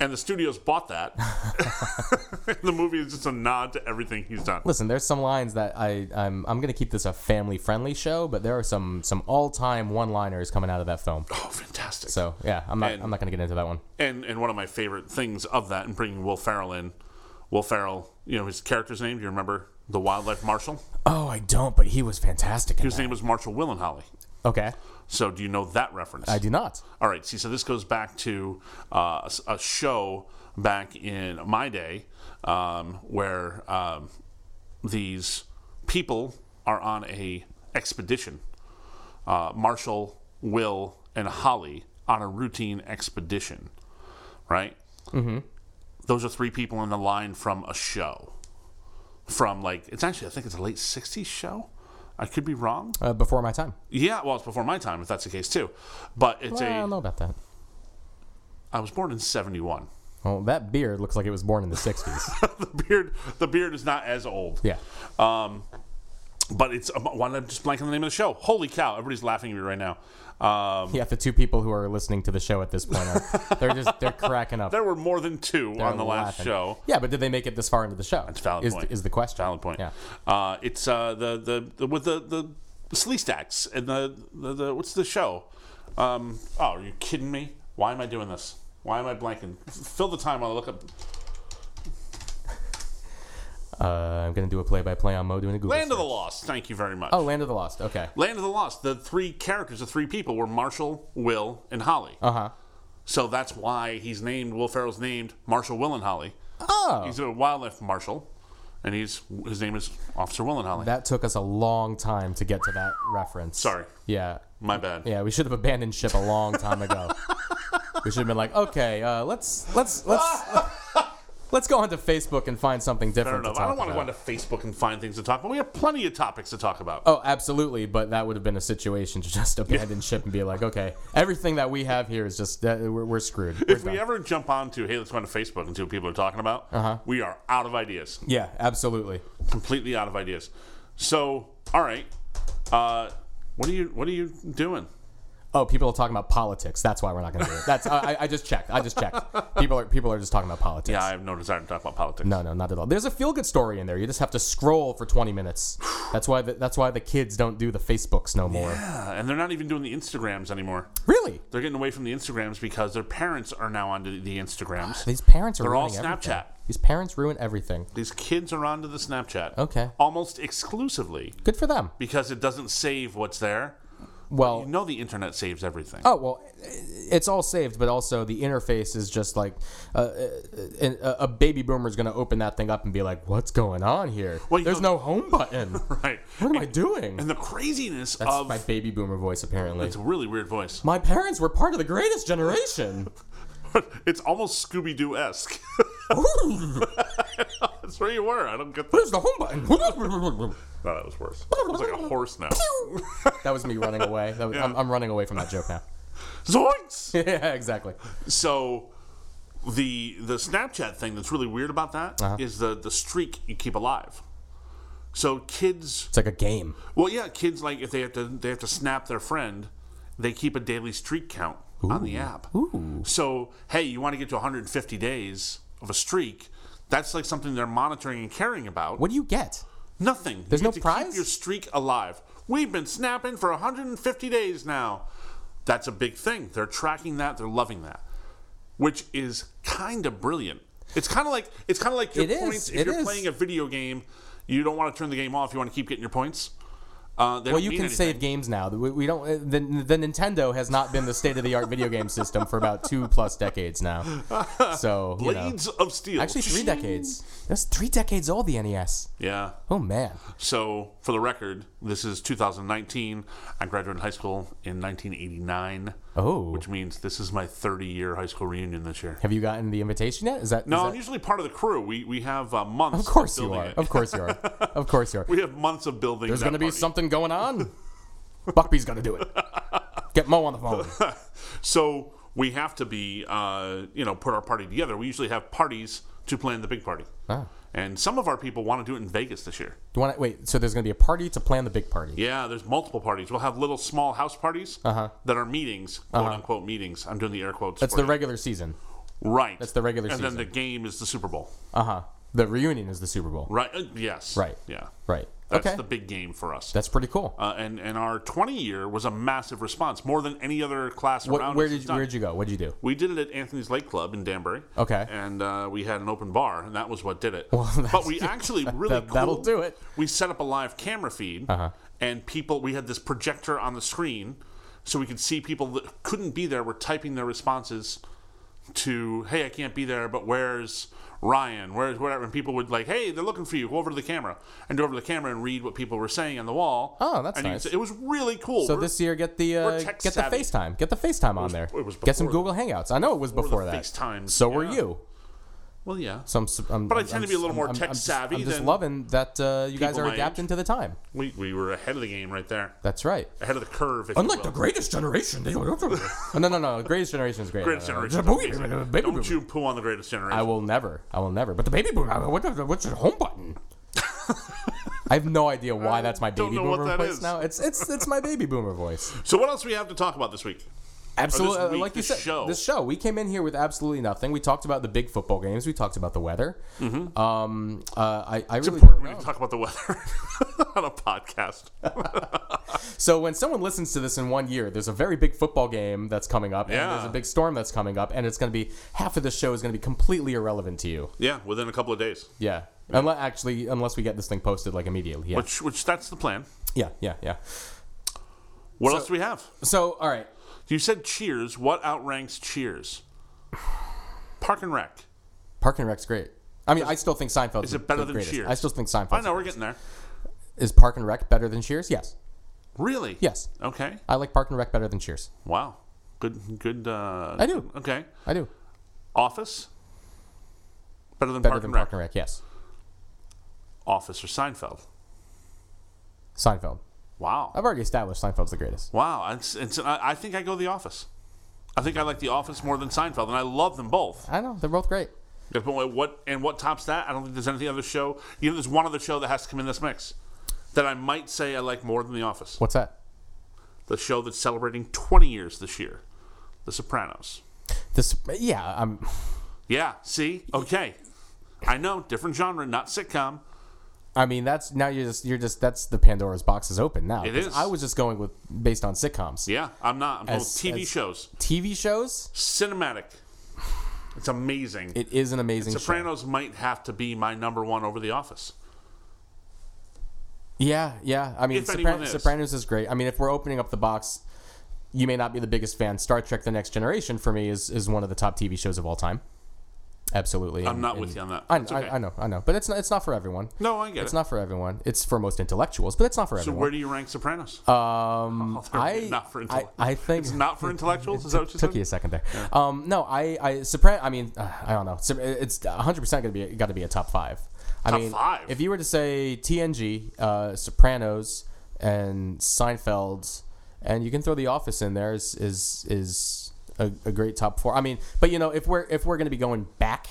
And the studios bought that. the movie is just a nod to everything he's done. Listen, there's some lines that I I'm I'm gonna keep this a family friendly show, but there are some some all time one liners coming out of that film. Oh, fantastic! So yeah, I'm not And- I'm not gonna get into that one. and and one of my favorite things of that and bringing Will Ferrell in. Will Ferrell, you know his character's name. Do you remember the wildlife marshal? Oh, I don't, but he was fantastic. In His that. name was Marshall Willenholly. Okay. So do you know that reference? I do not. All right. See, so this goes back to uh, a show back in my day um, where um, these people are on a expedition. Uh, Marshall, Will, and Holly on a routine expedition, right? Mm-hmm. Those are three people in the line from a show. From like it's actually I think it's a late '60s show. I could be wrong. Uh, before my time. Yeah, well, it's before my time if that's the case too. But it's Well, I a. don't know about that. I was born in '71. Well, that beard looks like it was born in the 60s. the beard, the beard is not as old. Um, yeah. But it's um, why did I just blank on the name of the show? Holy cow! Everybody's laughing at me right now. Um, Yeah, the two people who are listening to the show at this point are they're just they're cracking up. there were more than 2 on the last laughing. show. Yeah, but did they make it this far into the show? That's valid is, point. Is the question Valid point. Yeah. Uh, it's uh, the, the the with the the slee stacks and the, the the what's the show? Um, oh, are you kidding me? Why am I doing this? Why am I blanking? F- Fill the time while I look up. Uh, I'm gonna do a play-by-play on Mo doing a Google. Land of the search. Lost. Thank you very much. Oh, Land of the Lost. Okay. Land of the Lost. The three characters, the three people, were Marshall, Will, and Holly. Uh huh. So that's why he's named Will Ferrell's named Marshall Will and Holly. Oh, He's a wildlife marshal, and he's his name is Officer Will and Holly. that took us a long time to get to that reference. Sorry, Yeah. my bad. Yeah, we should have abandoned ship a long time ago. we should have been like, okay, uh, let's let's let's let's go onto Facebook and find something I don't different. know. to I talk don't want to go about. into Facebook and find things to talk about. We have plenty of topics to talk about. Oh, absolutely, but that would have been a situation to just abandon ship and be like, okay, everything that we have here is just that we're, we're screwed. We're if we done. ever jump on to hey, let's go into Facebook and see what people are talking about, uh-huh. we are out of ideas. yeah, absolutely. Completely out of ideas. So, all right, uh, what are you what are you doing? Oh, people are talking about politics. That's why we're not going to do it. That's I, I- I just checked. I just checked. People are people are just talking about politics. I have no desire to talk about politics. No, no, not at all. There's a feel good story in there. You just have to scroll for 20 minutes. That's why the, that's why the kids don't do the Facebooks no more. Yeah, Uh, and they're not even doing the Instagrams anymore. Really? They're getting away from the Instagrams because their parents are now onto the Instagrams. These parents are They're all ruining everything. Snapchat. These parents ruin everything. These kids are onto the Snapchat. Okay. Almost exclusively Good for them. because it doesn't save what's there. Well, You know the internet saves everything. Oh well, it's all saved, but also the interface is just like uh, a, a a baby boomer is going to open that thing up and be like, "What's going on here? Well, you There's know- no home button. what Right. am I doing?" And the craziness That's of my baby boomer voice, apparently. it's a really weird voice. My parents were part of the greatest generation. it's almost Scooby Doo esque. Ooh, That's where you were. I don't get that. Where's the home button? No, that was worse. It was like a horse now. that was me running away. That was, I'm, I'm running away from that joke now. Zoinks! yeah, exactly. So the the Snapchat thing that's really weird about that is the the streak you keep alive. So kids, It's like a game. well, yeah, kids like if they have to they have to snap their friend, they keep a daily streak count on the app. So hey, you want to get to 150 days of a streak? That's like something they're monitoring and caring about. What do you get? Nothing. There's you no get to Keep prize? your streak alive. We've been snapping for 150 days now. That's a big thing. They're tracking that. They're loving that, which is kind of brilliant. It's kind of like it's kind of like your It is, points. If it you're is. playing a video game, you don't want to turn the game off. You want to keep getting your points. Uh, they Well, don't you mean can anything. save games now. We, we don't. uh, The, the Nintendo has not been the state of the art video game system for about two plus decades now. So you know, Blades of Steel. actually three decades. That's three decades old. The NES. Yeah. Oh man. So for the record, this is 2019. I graduated high school in 1989, Oh. which means this is my 30-year high school reunion this year. Have you gotten the invitation yet? Is that No, Is I'm that, usually part of the crew. We we have uh, months. of course you building are. it. Of course you are. Of course you are. we have months of building. There's that gonna be party. something going on. Buckby's gonna do it. Get Mo on the phone. So we have to be, uh, you know, put our party together. We usually have parties to plan the big party, Ah. and some of our people want to do it in Vegas this year. Do you want to wait? So there's gonna be a party to plan the big party. Yeah, there's multiple parties. We'll have little small house parties that are meetings, quote unquote meetings. I'm doing the air quotes. Uh-huh. That's for the regular season. you. right. That's the regular and season. then the game is the Super Bowl. Uh huh. The reunion is the Super Bowl. Right. Uh, yes. Right. Yeah. Right. That's okay. the big game for us. That's pretty cool. uh, and and our 20 year was a massive response, more than any other class What- around. where us did has you, done. where did you go? What did you do? We did it at Anthony's Lake Club in Danbury. Okay. And uh, we had an open bar, and that was what did it. that's- but we actually really that- that'll cool- do it. Uh-huh. We set up a live camera feed, and people. We had this projector on the screen, so we could see people that couldn't be there were typing their responses to hey, I can't be there, but where's Ryan? Where's whatever? And people would like, hey, they're looking for you. Go over to the camera and go over to the camera and read what people were saying on the wall. Oh, that's and you- nice. it was really cool. So We're- this year, get the uh, we're get tech the savvy. FaceTime, get the FaceTime on there. it was get some before Google Hangouts. I know it was before the that. FaceTimes, So were yeah. you. well, yeah, So I'm, s- I'm, But I I'm- tend to I'm be a little s- more I'm- I'm tech just- savvy I'm just than loving that uh, you guys people are my adapting age. to the time. we we were ahead of the game right there, That's right. ahead of the curve. If you Unlike will. the Greatest Generation, they don't. Oh, no, no, no. Greatest Generation is great. Greatest No, no, no. generation. The baby- obviously. the baby Don't boom. you poo on the greatest generation. I will never. I will never. But the baby boomer. What the, what's your home button? I have no idea why that's my don't baby know what boomer that voice is. now. It's it's it's my baby boomer voice. So what else do we have to talk about this week? Absolutely, this uh, week, like you this said, show. this show. We came in here with absolutely nothing. We talked about the big football games. We talked about the weather. Um, uh, I, I really Mm-hmm. Important don't when know. you talk about the weather on a podcast. So when someone listens to this in one year, there's a very big football game that's coming up, and Yeah. there's a big storm that's coming up, and it's going to be half of the show is going to be completely irrelevant to you. Yeah, within a couple of days. Yeah. Unless actually, unless we get this thing posted like immediately. Yeah. Which which that's the plan. Yeah. Yeah. Yeah. What else do we have? So all right. You said Cheers. What outranks Cheers? Park and Rec. Park and Rec's great. I mean, I still think Seinfeld is it better the than greatest. Cheers? I still think I Seinfeld know we're getting there. is Park and Rec better than Cheers. Yes, Really? yes, Okay. I like Park and Rec better than Cheers. Wow. Good. Good. Uh, I do. Okay. I do Office. Better than better Park than and Rec. Park and Rec. Yes, Office or Seinfeld. Seinfeld. Wow. I've already established Seinfeld's the greatest. Wow. It's, it's, I I think I go The Office. I think I like The Office more than Seinfeld, and I love them both. I know they're both great. But what and what tops that? I don't think there's any other show. You know, there's one other show that has to come in this mix that I might say I like more than The Office. What's that? The show that's celebrating 20 years this year, The Sopranos. This, yeah, I'm. Yeah. See. Okay. I know. Different genre, not sitcom. I mean, that's now you're just you're just that's the Pandora's box is open now. It 'Cause is. I was just going with based on sitcoms, Yeah. I'm not. I'm talking As- TV as- shows. TV shows. Cinematic. It's amazing. It is an amazing show. Sopranos might have to be my number one over The Office. Yeah, yeah. I mean, If anyone Sopran- is. Sopranos is great. I mean, if we're opening up the box, you may not be the biggest fan. Star Trek: The Next Generation for me is is one of the top TV shows of all time. Absolutely, I'm not with you on that. I, It's I- okay. I know, I know, but it's not it's not for everyone. No, I get It's it. not for everyone. It's for most intellectuals, but it's not for so everyone. where do you rank Sopranos? um, Oh, they're I, not for I intellect- I think it's not for intellectuals. Is that what you took said? you a second there. Um, no, I I Sopran- I mean, uh, I don't know. Sop- It's 100 percent gonna be got to be a top five. I Top mean, five? if you were to say TNG, uh, Sopranos, and Seinfeld, and you can throw The Office in there is is is a, a great top four. I mean, but you know, if we're if we're gonna be going back,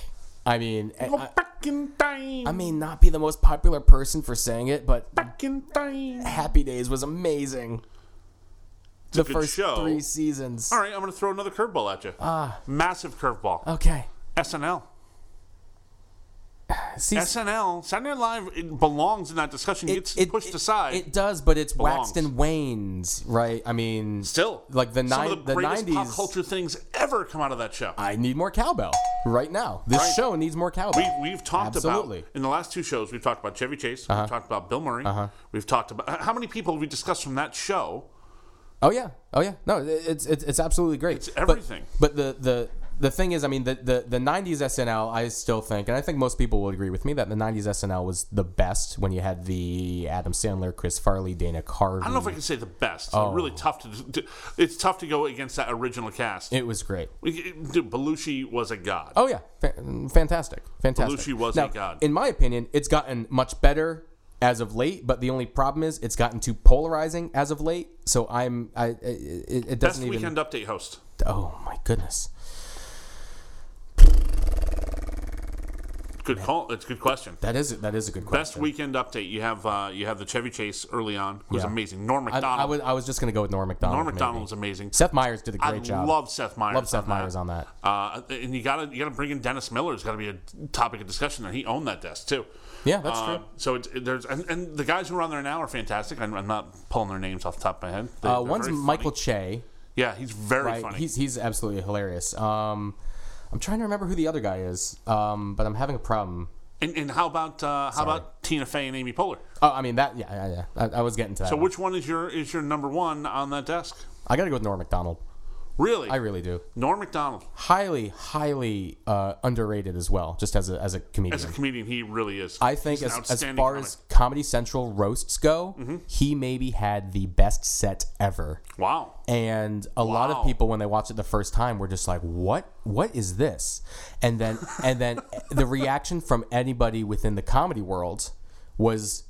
I mean, I, Go I- back in time. I may not be the most popular person for saying it, but back in time. Happy Days was amazing. the good first show. three seasons. All right, I'm going to throw another curveball at you. Ah. Massive curveball. Okay. SNL. See, SNL. Saturday Night Live it belongs in that discussion. It, gets pushed aside. It does, but it's waxed Belongs. and wanes, right? I mean, Still, like the some nine, of the, the greatest pop nineties. culture things ever come out of that show. I need more cowbell right now. This Right. show needs more We, cowbell. we've talked Absolutely. Uh-huh. about in the last two shows. We've talked about Chevy Chase. We've talked about Bill Murray. We've talked about how many people have we discussed from that show. oh yeah, oh yeah. No, it- it's it's, it's absolutely great. It's But- everything. But, the the. The thing is, I mean, the, the, the 90s SNL, I still think, and I think most people will agree with me, that the 90s SNL was the best when you had the Adam Sandler, Chris Farley, Dana Carvey. I don't know if I can say the best. It's Oh. Really tough to, to. It's tough to go against that original cast. It was great. We- Dude, Belushi was a god. Oh yeah, Fa- fantastic, fantastic. Belushi was Now, a god. In my opinion, it's gotten much better as of late, but the only problem is it's gotten too polarizing as of late. So I'm, I, it, it it Best doesn't even. weekend update host. Oh my goodness. Good call. It's a good question. That is that is a good question. Best weekend update. You have uh, you have the Chevy Chase early on, who's Yeah. amazing. Norm I, Macdonald. I was I was just gonna go with Norm Macdonald. Norm maybe. Macdonald was amazing. Seth Meyers did a I great job. love Seth Meyers. Love Seth on that. Meyers on that. Uh, and you gotta you gotta bring in Dennis Miller. It's gotta be a topic of discussion, and he owned that desk too. Yeah, that's Uh, true. so it's, it- there's and, and the guys who are on there now are fantastic. I'm, I'm not pulling their names off the top of my head. They, Uh, they're one's very funny. Michael Che. Yeah, he's very Right, funny. he's he's absolutely hilarious. Um, I'm trying to remember who the other guy is, um, but I'm having a problem. and, and how about uh, how about Tina Fey and Amy Poehler? Oh, I mean that. Yeah, yeah, yeah. I, I was getting to that. So one. which one is your is your number one on that desk? I gotta go with Norm Macdonald. Really? I really do. Norm McDonald. Highly, highly uh, underrated as well, just as a as a comedian. As a comedian, he really is. I think He's an as, as outstanding far comic. Mm-hmm. as Comedy Central roasts go, he maybe had the best set ever. Wow. and a lot Wow. of people when they watched it the first time were just like what what is this and then and then the reaction from anybody within the comedy world was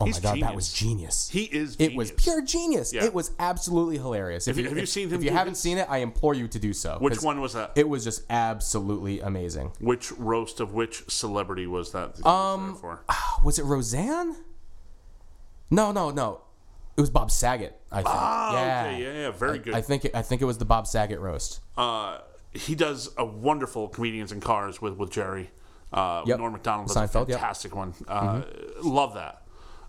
oh He's my god that genius. was genius He is it was genius. pure genius Yeah. it was absolutely hilarious if you- have you seen him if you do haven't this? seen it i implore you to do so Which 'cause one was that? it was just absolutely amazing which roast of which celebrity was that? that um. For? was it roseanne no no no it was bob saget i think Oh, yeah. okay, yeah, yeah, very good. i think it, i think it was the bob saget roast uh, he does a wonderful comedians in cars with with Jerry. Uh, Yep. Norm Macdonald does Seinfeld, a yep. Mm-hmm. fantastic one. Uh, Love that.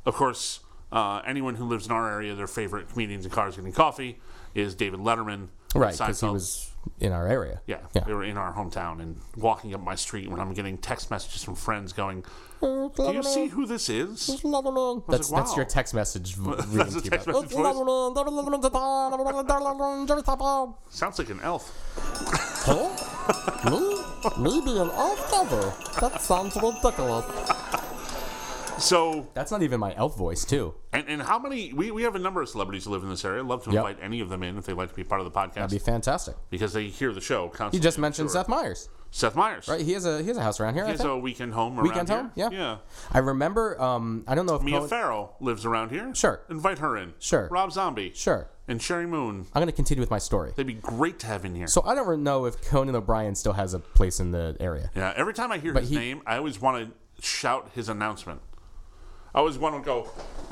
Of course, uh, anyone who lives in our area, their favorite comedians in cars getting coffee is David Letterman. right because he Seinfeld. was in our area Yeah, yeah they were in our hometown and walking up my street when I'm getting text messages from friends going, "Do you see who this is?" That's like, that's wow. your text message. v- That's reading a to you text about- message voice. Sounds like an elf. Huh? Me? Me being elf cover? That sounds ridiculous. So That's not even my elf voice, too. And, and how many? We, we have a number of celebrities who live in this area. I'd love to Yep. invite any of them in if they'd like to be part of the podcast That'd be fantastic. because they hear the show constantly. You just mentioned Seth Meyers. Seth Myers. Right? He has a he has a house around here. He I has a think. weekend home around Weekend here. home? Yeah. Yeah. I remember. Um, I don't know if Mia Cohen- Farrow lives around here. Sure. Invite her in. Sure. Rob Zombie. Sure. And Sherry Moon. I'm gonna continue with my story. They'd be great to have in here. So I don't know if Conan O'Brien still has a place in the area. yeah. Every time I hear his he- name, I always want to shout his announcement. I always want to go,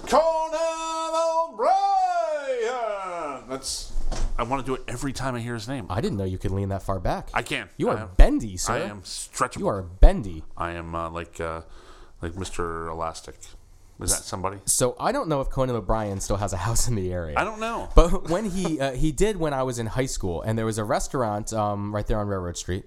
Conan O'Brien. That's. I want to do it every time I hear his name. I, I didn't know you could lean that far back. can. you I are am- bendy, sir. I am stretchable. You are bendy. I am uh, like uh, like Mr. Elastic. Is that somebody? So I don't know if Conan O'Brien still has a house in the area. I don't know. But when he uh, he did when I was in high school, and there was a restaurant um, right there on Railroad Street,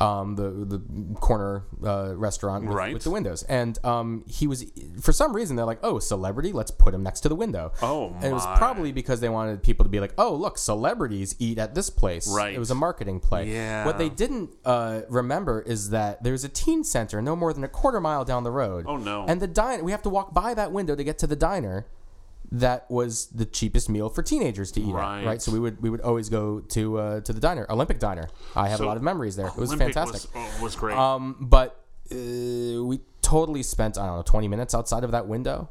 um, the the corner uh, restaurant with, Right. with the windows, and um, he was for some reason they're like, oh, celebrity, let's put him next to the window. Oh, and it was my. probably because they wanted people to be like, oh, look, celebrities eat at this place. Right. It was a marketing play. Yeah. What they didn't uh, remember is that there's a teen center no more than a quarter mile down the road. Oh, no. And the diner, we have to walk by that window to get to the diner that was the cheapest meal for teenagers to eat Right. at, right? So we would we would always go to uh, to the diner, Olympic Diner. I have So, a lot of memories there. It was Olympic fantastic. Was, oh, was great. um, but uh, we totally spent I don't know twenty minutes outside of that window,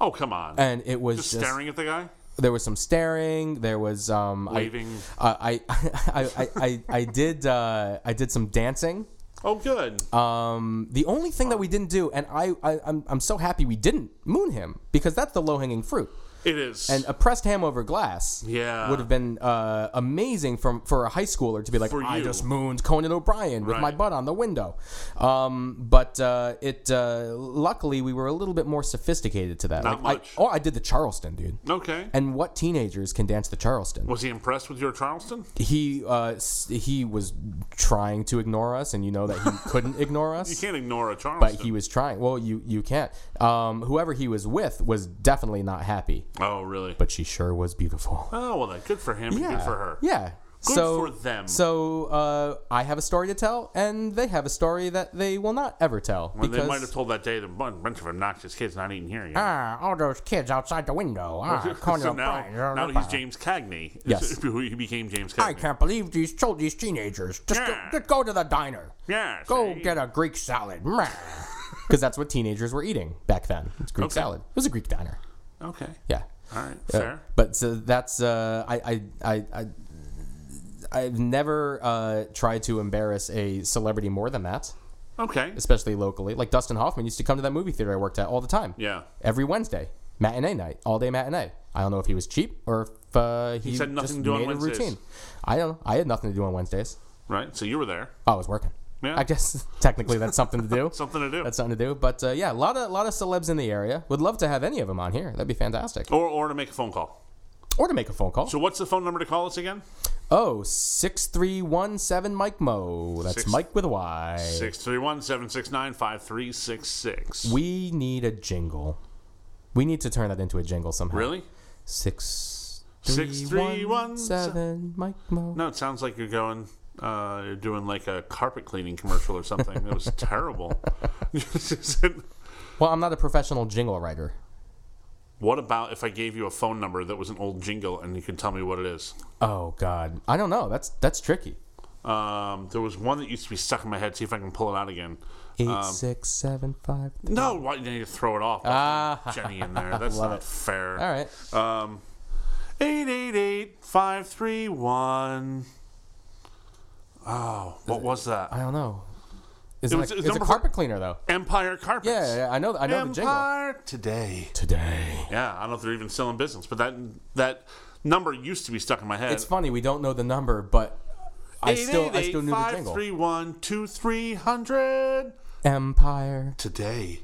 oh come on! and it was just just, staring at the guy, there was some staring. There was um, I- waving. uh, I, I, I, I, I did uh, I did some dancing. oh good. Um, the only thing that we didn't do, and I, I I'm, I'm so happy we didn't moon him because that's the low hanging fruit. it is. And a pressed ham over glass, Yeah. would have been uh, amazing from for a high schooler to be like, For I you. just mooned Conan O'Brien with my Right. butt on the window. Um, but uh, it uh, luckily we were a little bit more sophisticated to that. Not Like, much. I, oh, I did the Charleston, dude. okay. uh, And what teenagers can dance the Charleston? was he impressed with your Charleston? he uh, s- he was trying to ignore us, and you know that he couldn't ignore us. You can't ignore a Charleston. but he was trying. Well, you you can't. Um, whoever he was with was definitely not happy. oh really? But she sure was beautiful. oh well, then, good for him. and Good for her. Yeah. Good so, for them. So uh, I have a story to tell, and they have a story that they will not ever tell Well, because they might have told that day the bun- bunch of obnoxious kids not eating here. You know? ah, all those kids outside the window. Ah, Conan so now, O'Brien. now he's James Cagney. Yes. he became James Cagney. I can't believe these told these teenagers just, go, Yeah. just go to the diner. Yeah, Go see? get a Greek salad. Because that's what teenagers were eating back then. It's Greek Okay. salad. It was a Greek diner. Okay. Yeah. All right. Uh, Fair. But so that's uh, I, I I I I've never uh, tried to embarrass a celebrity more than that, Okay. especially locally. Like Dustin Hoffman used to come to that movie theater I worked at all the time. Yeah. Every Wednesday, matinee night, all day matinee. I don't know if he was cheap or if uh, he, said nothing just to do on made a Wednesdays. routine. I don't. know. I had nothing to do on Wednesdays. Oh, Right. So you were there. I was working. Yeah. I guess technically that's something to do. Something to do. That's something to do. But uh, yeah, a lot of lot of celebs in the area. Would love to have any of them on here. That'd be fantastic. Or, or to make a phone call. Or to make a phone call. So what's the phone number to call us again? Oh, 6317 Mike Mo. That's Six- Mike with a Y. 631-769-5366. We need a jingle. We need to turn that into a jingle somehow. really? Six Six, three, one, seven. Mike Mo. No, it sounds like you're going, uh, you're doing like a carpet cleaning commercial or something. It was terrible. Well, I'm not a professional jingle writer. what about if I gave you a phone number that was an old jingle and you could tell me what it is? Oh God, I don't know. That's that's tricky. Um, there was one that used to be stuck in my head. See if I can pull it out again. Um, Eight six seven five. No, why did you throw it off? Ah. Jenny in there. That's Love not it. fair. All right. Um, 888-531. Oh, what was that? I don't know. Is It it, was- a, it was it's a number- carpet cleaner though? Empire Carpets. Yeah, yeah, I know. I know the jingle. Empire today. Today. Yeah, I don't know if they're even still in business, but that that number used to be stuck in my head. It's funny we don't know the number, but I still I still knew the jingle. 531-2300 Empire. today.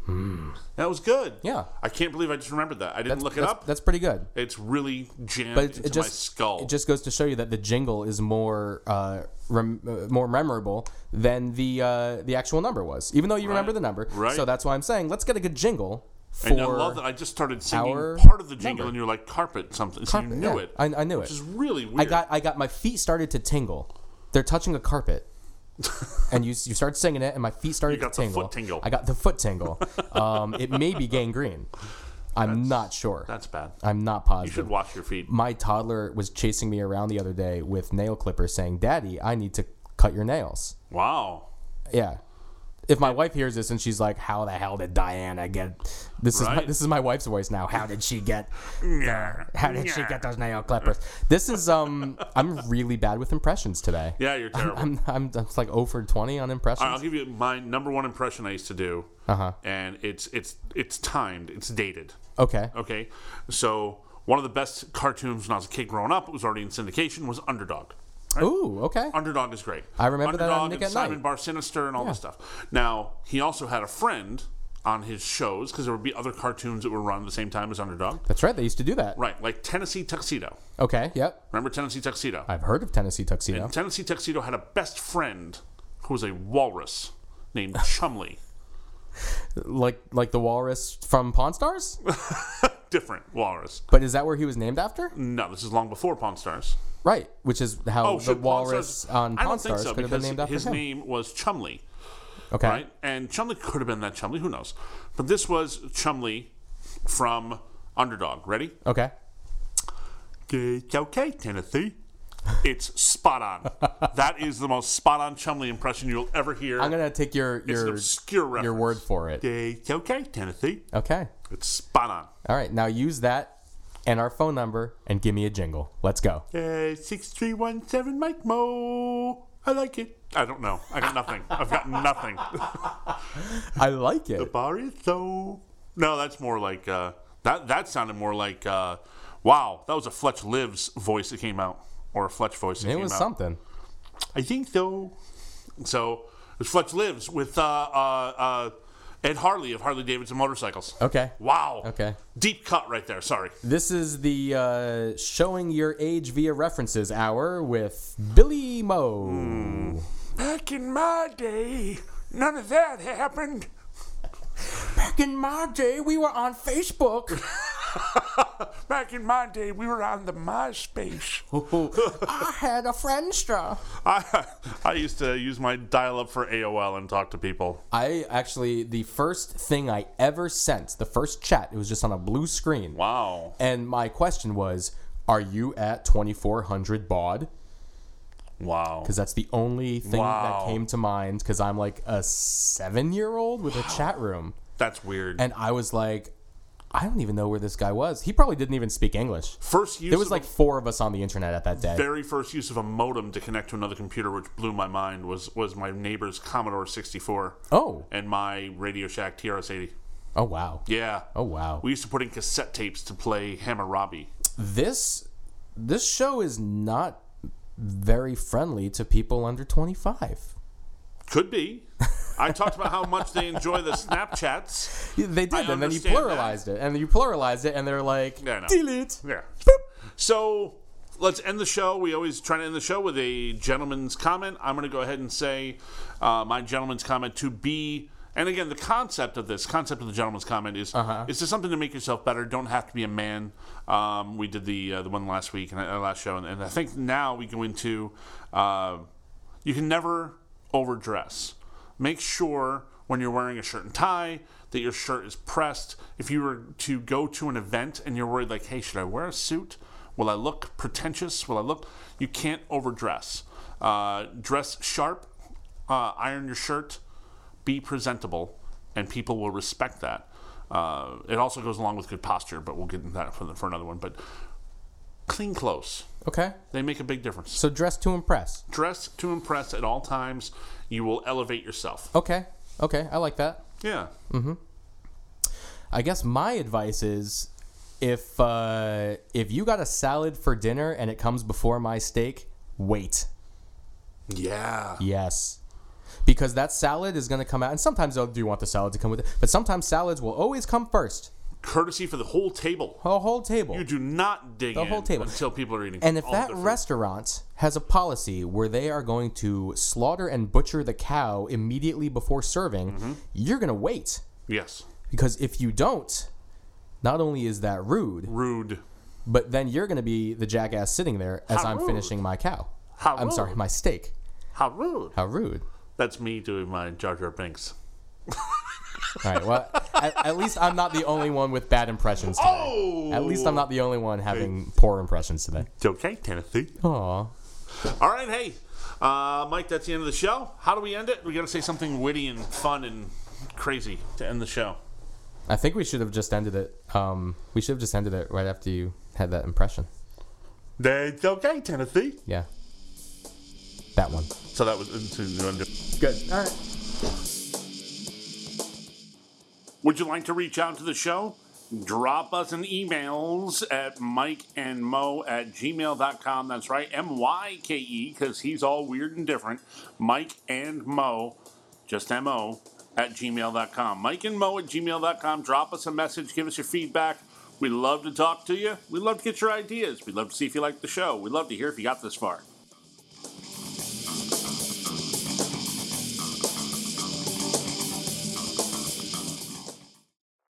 That was good. Hmm. Yeah. I can't believe I just remembered that. I didn't look it that's, up. That's pretty good. it's really jammed But it, into it my just skull. it just goes to show you that the jingle is more uh, rem- uh, more memorable than the uh, the actual number was, even though you remember Right. the number. Right. So that's why I'm saying let's get a good jingle for. and I love that I just started singing our part of the jingle number. and you're like carpet something. so Carpet, you knew yeah. it. I, I knew it. Which is really weird. I got I got my feet started to tingle. They're touching a carpet. and you you start singing it, and my feet started You got to the tingle. foot tingle. I got the foot tingle. um, it may be gangrene. I'm not sure. That's bad. I'm not You should positive. wash your feet. My toddler was chasing me around the other day with nail clippers, saying, "Daddy, I need to cut your nails." Wow. Yeah. If my wife hears this and she's like, "How the hell did Diana get?" This is my, Right. this is my wife's voice now. How did she get? Yeah. How did she get those nail clippers? This is um. I'm really bad with impressions today. Yeah, Uh, you're terrible. I'm I'm just like 0 for All 20 on right, I'll impressions. give you my number one impression I used to do, Uh-huh. and it's it's it's timed, it's dated. Okay. Okay, so one of the best cartoons when I was a kid growing up, it was already in syndication, was Underdog. Ooh. Okay. Underdog is great. I remember that on Underdog Nick and at Simon Night. Bar Sinister and all this stuff. Now he also had a friend on his shows because there would be other cartoons that were run at the same time as Underdog. That's right. They used to do that. Right, like Tennessee Tuxedo. Okay. Yep. Remember Tennessee Tuxedo? I've heard of Tennessee tuxedo. Tennessee Tuxedo had a best friend who was a walrus named Chumley. Like like the walrus from Pawn Stars. Different walrus. but is that where he was named after? No, this is long before Pawn Stars. Right. Which is how the Oh, should Pawn walrus Stars- on I Pawn don't think Stars so could have been because named after his him. name was Chumley, okay. right? And Chumley could have been that Chumley. Who knows? But this was Chumley from Underdog. Ready? Okay. It's okay, Tennessee. It's spot on. that is the most spot on Chumley impression you'll ever hear. I'm gonna take your it's an your obscure reference. your word for it. It's okay, Tennessee. Okay. It's spot on. All right. Now use that and our phone number and give me a jingle. Let's go. Uh, 6317 Mike Mo. I like it. I don't know. I got nothing. I've got nothing. I like it. Bar is so. No, that's more like uh, that. That sounded more like uh, wow. That was a Fletch Lives voice that came out, or a Fletch voice. That It came was out. something. I think so. So it's Fletch Lives with uh, uh, uh, Ed Harley of Harley Davidson Motorcycles. Okay. Wow. Okay. Deep cut right there. Sorry. This is the uh, showing your age via references hour with Billy Mo. Hmm. Back in my day, none of that happened. Back in my day, we were on Facebook. Back in my day, we were on the MySpace. I had a friendstra. I, I used to use my dial-up for AOL and talk to people. I actually, the first thing I ever sent, the first chat, it was just on a blue screen. Wow. And my question was, are you at 2400 baud? Wow. Because that's the only thing Wow. that came to mind because I'm like a seven year old with a chat room. That's weird. And I was like, I don't even know where this guy was. He probably didn't even speak English. first use There was of like four of us on the internet at that day. a, very first use of a modem to connect to another computer, which blew my mind, was was my neighbor's Commodore 64 Oh, and my Radio Shack TRS-80. oh wow. Yeah. Oh wow. We used to put in cassette tapes to play Hammurabi. This this show is not very friendly to people under 25. Could be. I talked about how much they enjoy the Snapchats. Yeah, They did, I and then you understand that. pluralized it, and you pluralized it, and they're like, Yeah, I know. delete. Yeah. So let's end the show. We always try to end the show with a gentleman's comment. I'm going to go ahead and say uh, my gentleman's comment to be And again, the concept of this, concept of the gentleman's comment is: is this something to make yourself better? Don't have to be a man. Um, we did the uh, the one last week and uh, last show, and, and I think now we go into: uh, you can never overdress. Make sure when you're wearing a shirt and tie that your shirt is pressed. If you were to go to an event and you're worried, like, hey, should I wear a suit? Will I look pretentious? Will I look? You can't overdress. Uh, dress sharp. Uh, iron your shirt be presentable, and people will respect that. Uh, it also goes along with good posture, but we'll get into that for, the, for another one. But clean clothes, Okay. they make a big difference. So dress to impress. Dress to impress at all times, you will elevate yourself. Okay. Okay. I like that. Yeah. I guess my advice is if uh, if you got a salad for dinner and it comes before my steak, wait. Yeah. Yes. Because that salad is going to come out, and sometimes they'll do want the salad to come with it, but sometimes salads will always come first. Courtesy for the whole table. The whole table. You do not dig The in whole table. until people are eating. And if all that their food. restaurant has a policy where they are going to slaughter and butcher the cow immediately before serving, Mm-hmm. you're going to wait. yes, Because if you don't, not only is that rude, rude. but then you're going to be the jackass sitting there as How I'm rude. finishing my cow. How I'm sorry, rude. my steak. How rude. How rude. That's me doing my Jar Jar Binks. All right, well, at, at least I'm not the only one with bad impressions today. Oh! At least I'm not the only one having poor impressions today. It's okay, Tennessee. Aw. All right, hey, uh, Mike, that's the end of the show. How do we end it? We got to say something witty and fun and crazy to end the show. I think we should have just ended it. Um, we should have just ended it right after you had that impression. That's okay, Tennessee. Yeah. That one. So that was into the under. Good. All right. Would you like to reach out to the show? Drop us an emails at Mike and Mo at gmail.com. That's right, M Y K E, because he's all weird and different. Mike and Mo, just M O, at gmail.com. Mike and Mo at gmail.com. Drop us a message, give us your feedback. We love to talk to you. We love to get your ideas. We love to see if you like the show. We love to hear if you got this far.